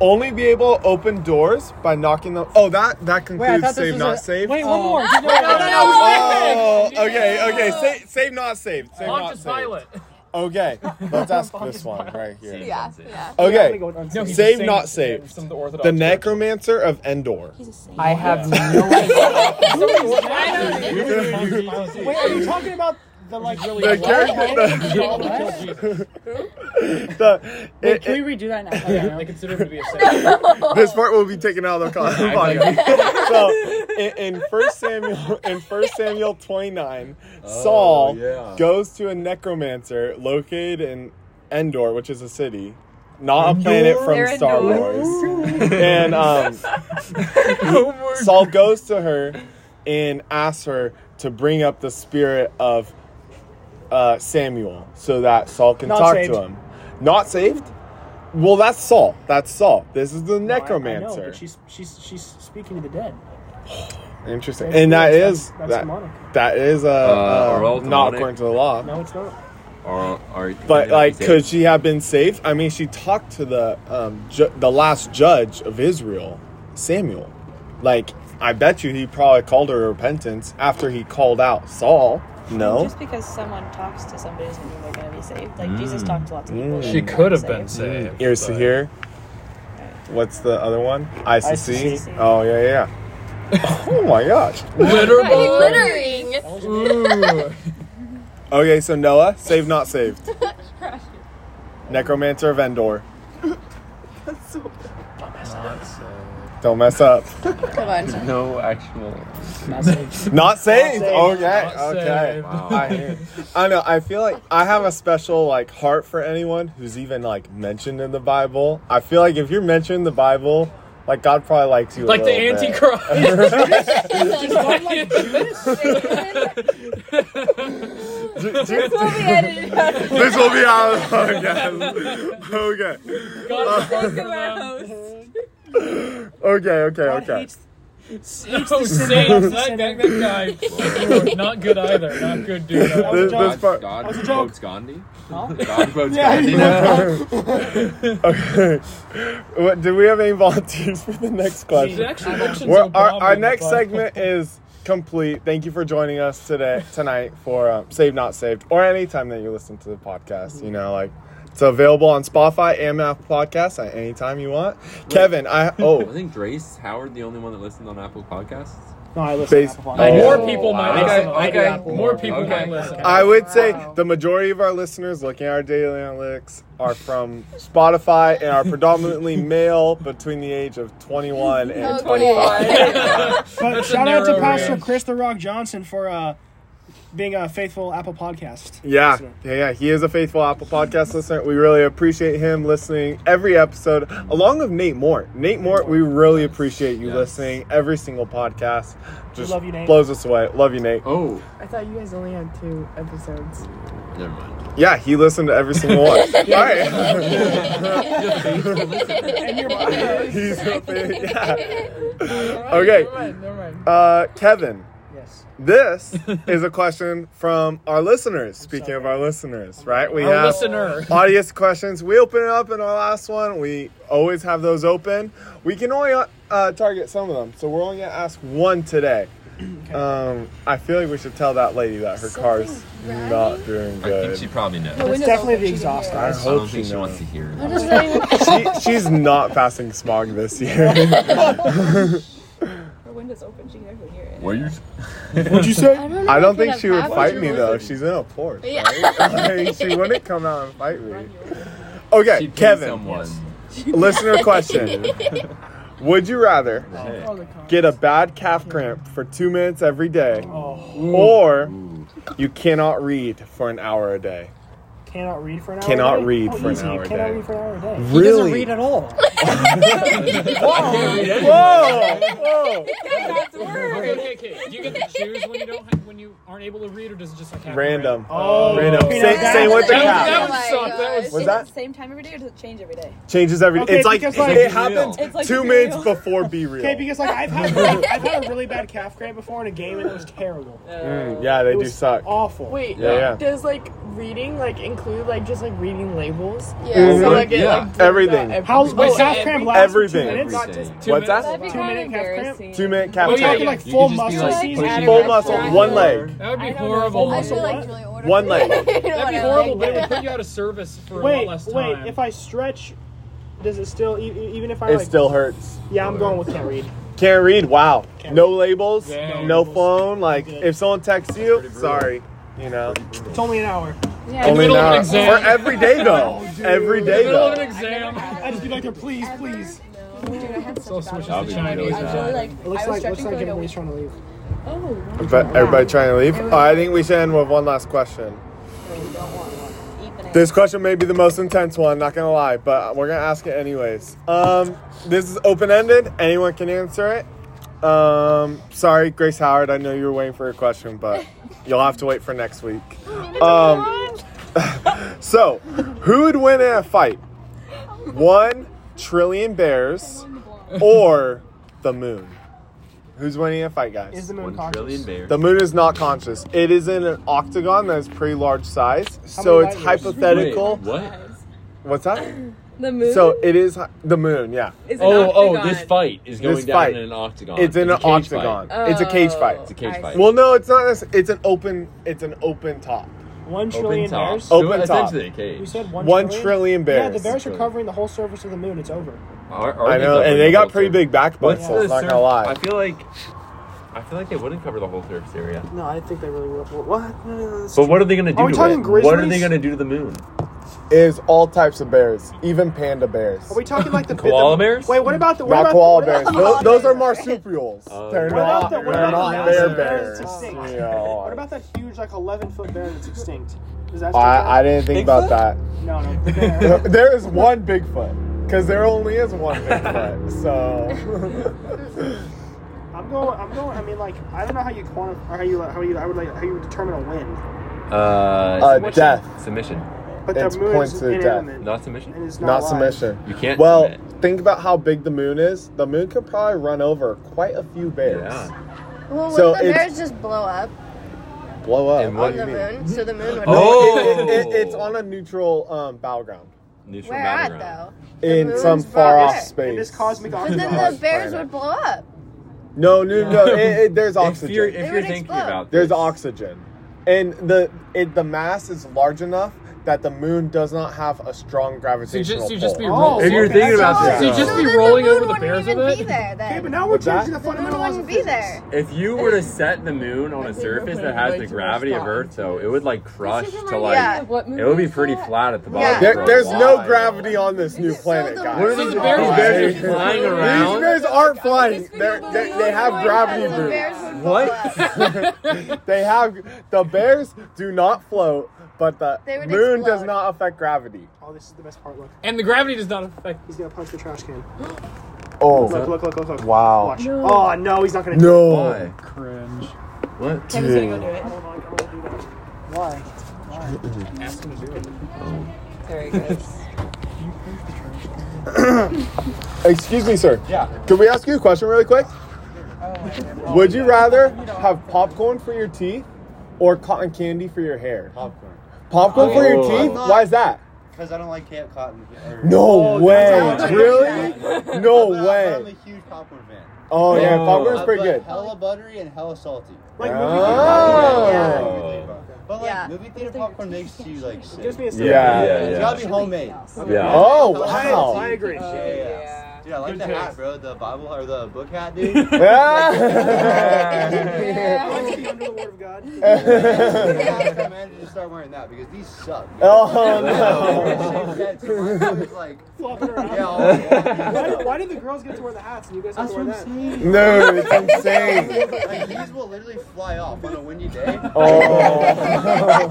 S3: only be able to open doors by knocking them? Oh, that that concludes
S4: thought this
S3: save
S4: was
S3: not
S4: a-
S3: save.
S4: wait, one Oh. more. Keep
S3: Wait,
S4: going.
S3: no, no, no.
S4: Oh.
S3: Oh, okay, okay. Save, save not save. Save
S4: Pontius
S3: not save. Okay, let's ask this one right here.
S4: Yeah, yeah. Yeah, I'm
S3: Okay,
S4: gonna go with unsaved. No, he's
S3: save
S4: insane.
S3: not save.
S4: Some of the
S3: The,
S4: Orthodox churches.
S3: necromancer of Endor.
S10: I have no
S4: Wait, are you talking about the like really?
S3: The character. The,
S10: Wait,
S3: it-
S10: can we redo that now? Okay.
S6: They consider him to be a
S3: this part will be taken out of the con- body. so in, in First Samuel, in First Samuel twenty nine, Saul
S2: yeah.
S3: goes to a necromancer located in Endor, which is a city, not a
S2: Endor?
S3: planet from
S2: They're
S3: Star
S2: Endor.
S3: Wars. and um, Saul goes to her and asks her to bring up the spirit of uh, Samuel so that Saul can
S4: Not
S3: talk
S4: saved.
S3: to him. Not saved. Well, that's Saul. That's Saul. This is the
S4: I know,
S3: necromancer.
S4: but she's she's she's speaking to the dead.
S3: Interesting.
S4: That's-
S3: and that
S4: that's-
S3: is
S4: that's demonic.
S3: that, that is uh,
S2: Uh,
S3: uh,
S2: are all
S3: not
S2: demonic?
S3: according to the law.
S4: No, it's not.
S2: Or, or,
S3: But like,
S2: saved?
S3: could she have been saved? I mean, she talked to the um, ju- the last judge of Israel, Samuel. Like, I bet you he probably called her to repentance after he called out Saul. No.
S11: Just because someone talks to somebody doesn't mean they're gonna be saved. Like
S3: Mm.
S11: Jesus talked to lots of people.
S3: Mm.
S11: and they weren't
S3: Mm. Ears to hear. What's the other one? Eyes to
S11: Eyes to
S3: see.
S11: see.
S3: Oh yeah, yeah. yeah. oh my gosh.
S12: Littering.
S3: Okay, so Noah, saved not saved. Necromancer of Endor.
S12: That's so
S3: Don't mess up.
S12: Come on.
S2: No actual.
S10: Not saved.
S3: Not saved.
S2: Not
S3: Okay.
S2: saved.
S3: okay.
S2: Wow.
S3: I, hear- I know. I feel like I have a special like heart for anyone who's even like mentioned in the Bible. I feel like if you're mentioned in the Bible, like God probably likes you. a
S6: Like the
S3: little bit.
S12: This will be edited out.
S3: this will be out of the podcast. Okay.
S12: God,
S3: Uh,
S12: welcome our host.
S3: okay. Okay. Okay.
S6: So same. Oh, That, that, that guy. Not good either. Not good dude.
S3: This- this part-
S2: God
S3: That was a joke.
S2: quotes Gandhi. God quotes
S3: Yeah,
S2: Gandhi.
S3: okay. What, do we have any volunteers for the next question?
S6: actually mentions
S3: We're- our,
S6: Obama
S3: our
S6: in the
S3: next
S6: Bible.
S3: segment is complete. Thank you for joining us today tonight for um, Save Not Saved or any time that you listen to the podcast. You know, like it's available on Spotify and Apple Podcasts at any time you want. Kevin, I oh
S2: I think Grace Howard the only one that listened on Apple Podcasts.
S4: No, I listen.
S3: Base-
S4: to Apple Podcasts.
S3: Oh.
S6: More people might
S2: Okay,
S6: listen.
S2: okay.
S6: Okay. More people
S2: Okay.
S6: might listen.
S3: I would say the majority of our listeners looking at our daily analytics are from Spotify and are predominantly male between the age of 21 and 25.
S4: But
S6: That's a
S4: shout out to
S6: narrow
S4: Pastor
S6: range.
S4: Chris the Rock Johnson for uh, being a faithful Apple podcast.
S3: Yeah, yeah, yeah. He is a faithful Apple Podcast listener. We really appreciate him listening every episode, along with Nate Moore. Nate Moore, we really appreciate you listening every single podcast. Just
S1: love you, Nate.
S3: blows us away. Love you, Nate. Oh,
S1: I thought you guys only had two episodes.
S2: Never mind.
S3: yeah, he listened to every single one. All right. He's a fa- yeah. Okay. Uh, Kevin.
S4: Yes.
S3: This is a question from our listeners. Speaking of our listeners, right? We
S6: Our
S3: have
S6: listener.
S3: audience questions. We open it up in our last one. We always have those open. We can only uh, target some of them, so we're only gonna ask one today. Um, I feel like we should tell that lady that her car's not
S2: I
S3: doing
S2: think
S3: good.
S2: she probably knows.
S4: It's definitely the exhaust.
S3: I
S2: I
S3: hope
S2: don't
S3: she
S2: think she
S3: knows.
S2: wants to hear. it.
S3: She, she's not passing smog this year.
S12: Her window's open. She can actually hear it.
S2: What you?
S3: What'd you say?
S12: I don't know
S3: I don't
S12: if we
S3: think
S12: have
S3: she would
S12: passed
S3: fight
S12: your
S3: me though.
S12: license.
S3: She's in a Porsche.
S12: Yeah.
S3: right? Like, she wouldn't come out and fight me. Okay,
S2: She'd pay
S3: Kevin.
S2: Someone.
S3: Listener question: Would you rather get a bad calf cramp for two minutes every day, or you cannot read for an hour a day?
S4: cannot read for an hour.
S3: Cannot
S4: a day?
S3: read
S4: Oh,
S3: for an
S4: easy.
S3: hour a
S4: Cannot
S3: day.
S4: read for an hour a day.
S3: He doesn't Really? read
S10: at all.
S3: Whoa! Whoa!
S6: Okay, okay. Do you get to choose when you don't have, when you aren't able to read, or does it just like happen
S3: Random.
S6: Oh.
S3: Random.
S6: You know,
S3: Say,
S6: that-
S3: say what the
S6: that-
S3: cat.
S6: that would suck. That would
S11: Is
S3: Was
S11: it
S3: that
S11: the same time every day or does it change every day?
S3: changes every?
S4: Okay,
S3: it's like,
S4: because, like,
S3: it
S4: Be Real.
S3: happens
S11: It's like
S3: two
S11: Be
S3: minutes
S11: Real.
S3: before Be Real.
S4: Okay, because like I've had I've had a really bad calf cramp before in a game and it was terrible.
S3: Mm, yeah, they
S4: It
S3: do
S4: was
S3: suck.
S4: Awful.
S1: Wait,
S3: Yeah, yeah.
S1: does like reading like include like just like reading labels?
S3: Yeah. Mhm. Yeah. Everything.
S4: How
S1: How's
S4: wait, calf cramp lasts for
S3: everything.
S4: two minutes?
S3: Everything.
S4: Not just-
S3: What's that?
S4: Two minute calf cramp.
S3: Two minute cap.
S4: We're
S3: time.
S4: talking like full muscle season.
S3: Full muscle, one leg.
S6: That would be
S4: Full
S6: horrible.
S4: muscle what?
S3: One leg.
S6: That'd be horrible, but it would put you out of service for a lot
S4: Wait,
S6: less time.
S4: wait. If I stretch, does it still e- e- even if I
S3: It
S4: like,
S3: still hurts.
S4: Yeah, I'm going with can't read.
S3: Can't read. Wow. No labels.
S4: Yeah.
S3: No phone. Like if someone texts you, sorry. You know.
S4: It's only an hour.
S3: Yeah. Only an hour. Or every day though. every day
S4: middle of
S3: though.
S4: an exam. I just be like, please, please.
S6: So switch
S3: That'd
S6: to
S3: be really
S6: Chinese.
S3: bad.
S4: It looks
S12: I was
S4: like looks
S12: stretching
S4: like
S12: for like a
S4: everybody's trying to leave.
S3: Everybody, everybody trying to leave. Oh, I think we should end with one last question. This question may be the most intense one. Not gonna lie, but we're gonna ask it anyways. Um, this is open ended. Anyone can answer it. Um, sorry, Grace Howard. I know you were waiting for a question, but you'll have to wait for next week. Um, so, who would win in a fight? One trillion bears or the moon? Who's winning a fight, guys?
S4: Is the moon conscious?
S3: The moon is not conscious. It is in an octagon that is pretty large size,
S4: How
S3: so
S4: many
S3: it's
S4: light years?
S3: hypothetical.
S2: what?
S3: What's that?
S9: The moon.
S3: So it is hi- the moon. Yeah.
S9: Is an
S2: Oh, oh, this
S9: octagon.
S2: fight is going
S3: This
S2: down
S3: fight.
S2: in an octagon.
S3: It's in
S2: a
S3: an
S2: cage fight.
S3: octagon. It's a cage fight.
S2: It's a cage I fight. see.
S3: Well, no, it's not. necess- It's an open. It's an open top.
S4: One
S2: Open
S4: trillion
S2: top.
S4: bears.
S2: So
S3: Open top.
S2: essentially a cage.
S4: You said one,
S3: Oh, One trillion
S4: Yeah, the
S3: bears.
S4: bears are covering the whole surface of the moon. It's over.
S2: Ar-
S3: I
S2: Arby's
S3: know,
S2: up
S3: and
S2: in
S3: they
S2: the
S3: got
S2: whole
S3: pretty
S2: surface.
S3: big back
S2: What's
S3: muscles.
S2: the
S3: Not
S2: surf-
S3: gonna lie.
S2: I feel like I feel like they wouldn't cover the whole surface area.
S4: No, I think they really will. What? No, no, no, that's
S2: But what
S4: true.
S2: are they gonna do
S4: Are we
S2: to
S4: talking
S2: it? What are
S4: grizzlies?
S2: they gonna do to the moon?
S3: Is all types of bears, even panda bears.
S4: Are we talking like the
S2: Koala
S4: the-
S2: bears?
S4: Wait, what about the what
S3: Not
S4: about
S3: koala
S4: the, what
S3: bears.
S4: about
S3: Those,
S4: the-
S3: those are marsupials.
S2: Oh,
S3: they're
S4: What about
S3: not.
S4: the-
S3: They're
S4: what about
S3: not
S4: the
S3: bear
S4: massive
S3: bears.
S4: bears that's extinct?
S3: Yeah.
S4: What about that huge like 11 foot bear that's extinct? Is that still
S3: I, I
S4: there?
S3: didn't think about that.
S4: No, no.
S3: there is one Bigfoot, because there only is one Bigfoot. So
S4: I'm going. I'm going. I mean, like, I don't know how you quantify, or how you, how you, I would like, how you would determine a win.
S2: Uh, submission.
S3: death.
S2: Submission.
S4: But the
S3: It's
S4: moon
S3: points
S4: is
S3: to
S4: inanimate.
S2: Not submission.
S4: And it's not,
S3: not
S4: alive.
S3: submission.
S2: You can't
S3: Well,
S2: submit.
S3: think about how big the moon is. The moon could probably run over quite a few bears.
S2: Yeah.
S12: Well,
S3: So
S12: wouldn't the
S3: it's-
S12: bears just blow up
S3: Blow up.
S2: And
S12: on
S2: what do
S12: the
S2: you mean?
S12: moon? So the moon would.
S2: Oh!
S3: No, it- it- it- it's on a neutral um, battleground
S2: Neutral
S12: Where at
S2: battleground.
S12: though? The
S3: in
S12: moon's
S3: some far
S12: right
S3: off Oh,
S12: there.
S3: space.
S4: And this cosmic
S12: But then
S4: octopus-
S12: the bears would blow up.
S3: no, no, no. it, it,
S2: If
S3: there's
S2: you're
S3: oxygen.
S2: if
S12: It
S2: you're
S12: would
S2: thinking
S12: explode.
S2: about this,
S3: There's oxygen, and the it, the mass is large enough that the moon does not have a strong
S6: So you
S3: gravitational
S6: just, so you
S3: pull.
S6: just be
S4: Oh,
S6: rolling.
S2: if you're
S4: Okay,
S2: thinking
S4: that's
S2: about
S3: all.
S2: this,
S3: So
S6: you just
S12: So
S6: be
S12: then
S6: rolling
S12: the moon
S6: over the
S12: wouldn't
S6: bears
S12: even
S6: with it.
S12: Be there then.
S4: Okay, but now we're
S3: What's that?
S4: changing the
S12: the moon
S4: fundamental laws
S12: wouldn't
S4: of
S12: be
S4: physics.
S12: there.
S2: If you were to set the moon on a surface that has the gravity of Earth, though, it would like crush to like.
S12: Yeah.
S9: What movie
S2: It would be
S9: is
S2: pretty
S9: that?
S2: flat at the bottom.
S12: Yeah.
S2: for a
S3: There, there's
S2: while.
S3: no gravity on this new planet, guys.
S2: What are these
S6: So the
S2: bears?
S6: bears-
S2: These bears
S3: These
S2: are flying around.
S3: bears aren't flying. They're, they, they have gravity
S12: The bears
S3: boots.
S12: would blow up.
S3: What? they have the bears do not float, but the
S12: They would
S3: moon does
S12: explode.
S3: not affect gravity.
S4: Oh, this is the best part. Look,
S6: And the gravity does not affect.
S4: he's gonna punch the trash can. Look,
S3: Oh,
S4: look, look, look, look.
S3: Wow.
S4: Watch. Oh no, he's not gonna. do
S3: no.
S2: Why?
S6: Cringe.
S2: What?
S11: Kevin's gonna go do it.
S4: it. Like, I won't do that. Why?
S6: Ask him to do it.
S11: Very good.
S3: Excuse me, sir.
S4: Yeah.
S3: Could we ask you a question really quick? Would you rather have popcorn for your teeth or cotton candy for your hair?
S7: Popcorn.
S3: Popcorn for your
S2: Oh.
S3: teeth? Why is that?
S7: Because I don't like camp cotton. or-
S2: Oh,
S3: No way.
S12: that's-
S3: Really? No
S7: I'm a- I'm a
S3: way.
S7: huge popcorn fan.
S3: Oh yeah,
S2: Oh.
S3: popcorn's
S7: I
S3: pretty
S7: like
S3: good.
S7: Hella buttery and hella salty.
S4: Like
S3: Oh.
S7: Movie
S13: Uh,
S7: theater popcorn. But like
S12: Yeah.
S7: movie theater popcorn makes you like sick.
S4: Gives me a
S3: Yeah.
S2: Yeah,
S7: It's
S2: yeah.
S7: gotta be homemade.
S2: Yeah.
S3: Oh
S7: I-
S3: wow.
S4: I agree.
S7: Yeah.
S14: Dude, I like
S13: Good
S14: the
S13: taste.
S14: hat, bro. The Bible or the book hat, dude.
S3: Yeah.
S14: under the word of God. I recommend you just start wearing that because these suck. dude.
S3: Oh,
S14: Yeah, it's like,
S4: flopping around.
S14: Yeah, all-
S4: why, do, why do the girls get to wear the hats and you guys have to wear that?
S3: No, it's insane.
S14: Like these will literally fly off on a windy day.
S3: Oh.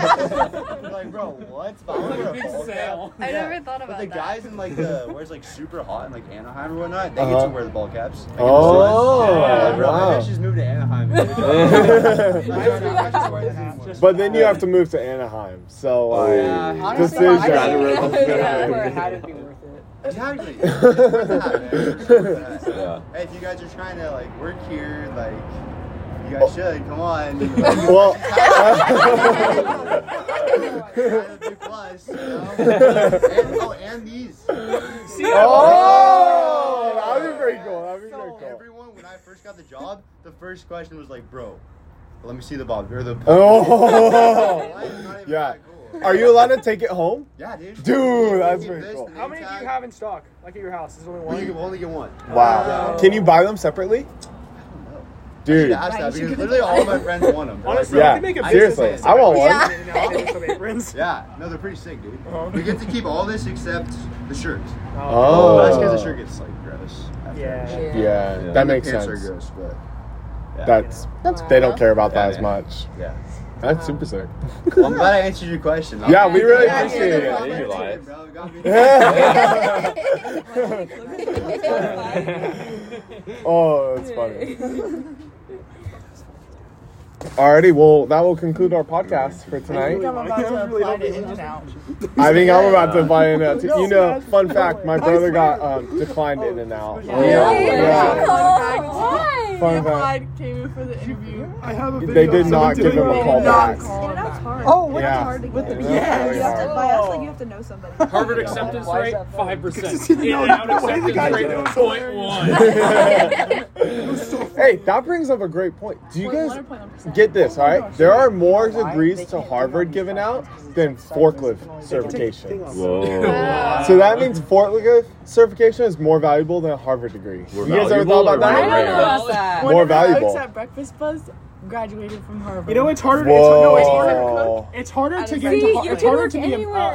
S14: like, bro, what? But I'm gonna bulk up.
S12: I
S14: Yeah.
S12: never thought
S14: But
S12: about
S14: the
S12: that.
S14: guys in like the where it's like super hot in like Anaheim or whatnot, they get
S3: Uh-huh.
S14: to wear the ball caps. Like, in the
S3: Oh,
S14: sun. Yeah, like, bro,
S3: wow.
S14: maybe I should just moved to Anaheim.
S3: But then you have to move to Anaheim, so like
S10: Honestly, I think where it had
S3: decision.
S10: to be worth it.
S14: Exactly. It's worth the hat, man. It's worth the hat. Hey, if you guys are trying to like work here, like you
S3: Oh.
S14: guys should come on.
S3: Well,
S14: and, oh, and these.
S3: Oh, that'd be pretty cool. That'd be
S14: So,
S3: pretty cool.
S14: Everyone, when I first got the job, the first question was like, "Bro, let me see the bob or the."
S3: Oh, yeah. Are you allowed to take it home?
S14: Yeah, dude.
S3: Dude, that's
S14: Keep
S3: pretty
S14: this
S3: cool.
S14: and
S4: How many do you have in stock? Like at your house? There's only one.
S14: You can only get one.
S3: Wow. Can you buy them separately? Dude.
S14: I should ask that because literally all of my friends want them.
S3: Honestly, Yeah, we can make a business seriously. of it. I want one.
S14: one. Yeah, no, they're pretty sick, dude. We get to keep all this except the shirt.
S3: Oh.
S14: That's because the shirt gets like gross. After
S4: Yeah.
S3: Yeah, that makes
S14: the pants
S3: sense.
S14: Are gross, but
S3: That's, they don't care about that as
S14: man.
S3: much.
S14: Yeah.
S3: That's super sick.
S14: Well, I'm glad I answered your question.
S3: Yeah, we really appreciate it.
S14: Yeah, you lied.
S3: oh, that's funny. Alrighty, well, that will conclude our podcast for tonight. I think I'm about to buy in out. You know, fun fact: my brother got um, declined in and out.
S12: Oh.
S1: Why? Fun
S3: Fun fact.
S1: fact. Came in for the interview. I
S4: have a
S3: They did not give him a call back.
S1: Oh,
S3: what Yeah. hard to
S11: With the
S3: get. Yeah,
S11: You have to,
S3: yeah.
S11: by us, like, you have to know somebody.
S6: Harvard acceptance rate five percent. In and out acceptance rate point one.
S3: hey, that brings up a great point. Do you guys get this? All right, there are more degrees to Harvard given out than forklift certification.
S2: Whoa.
S3: So that means forklift certification is more valuable than a Harvard degree.
S2: More
S3: you guys ever
S2: valuable
S3: thought about
S2: or
S3: that?
S2: more I don't know about rare? that.
S3: More valuable.
S1: Alex at Breakfast Buzz graduated from Harvard.
S4: You know it's harder. It's, no, it's harder.
S3: Whoa.
S4: It's harder to
S1: See,
S4: get.
S1: you
S4: into, it's
S1: can
S4: harder
S1: work
S4: to be a, uh, an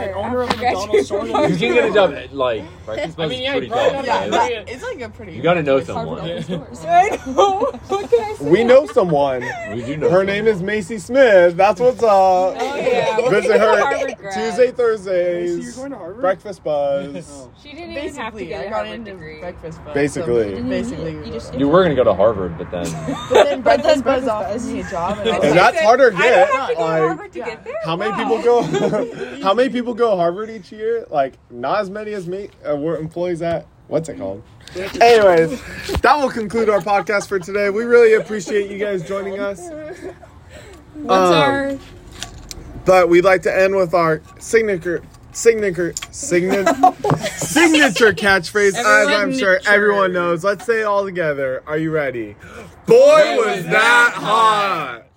S1: anywhere
S4: owner of
S1: after
S4: McDonald's store. than it
S2: you
S4: is
S2: can
S4: to
S2: get
S4: be
S2: a job at like breakfast. I mean, yeah,
S6: you probably
S2: job,
S6: got
S2: man.
S1: Yeah, it's like a pretty.
S2: You gotta know someone.
S1: I know. What can I say?
S3: We know someone.
S2: We do know
S3: Her name is Macy Smith. That's what's up.
S1: Oh, yeah.
S3: Visit her
S1: Harvard grad.
S3: Tuesday,
S4: Macy, you're
S3: Thursdays.
S4: going to Harvard?
S3: Breakfast buzz.
S1: She didn't Basically, even have to get I got into breakfast. Buzz,
S3: Basically.
S1: so basically, you just
S2: You were gonna go to Harvard, but then
S1: But then breakfast buzz offered me a job, and I was
S3: And
S1: like,
S3: that's harder to
S1: I don't
S3: get.
S1: have to go to
S3: Like,
S1: Harvard to get there.
S3: How many people go? how many people go Harvard each year? Like not as many as me. Uh, we're employees at what's it called? Anyways, that will conclude our podcast for today. We really appreciate you guys joining us.
S1: What's
S3: Um,
S1: our
S3: But we'd like to end with our signature, signature, signature, signature catchphrase, as I'm sure everyone knows. Let's say it all together. Are you ready? Boy, was that hot!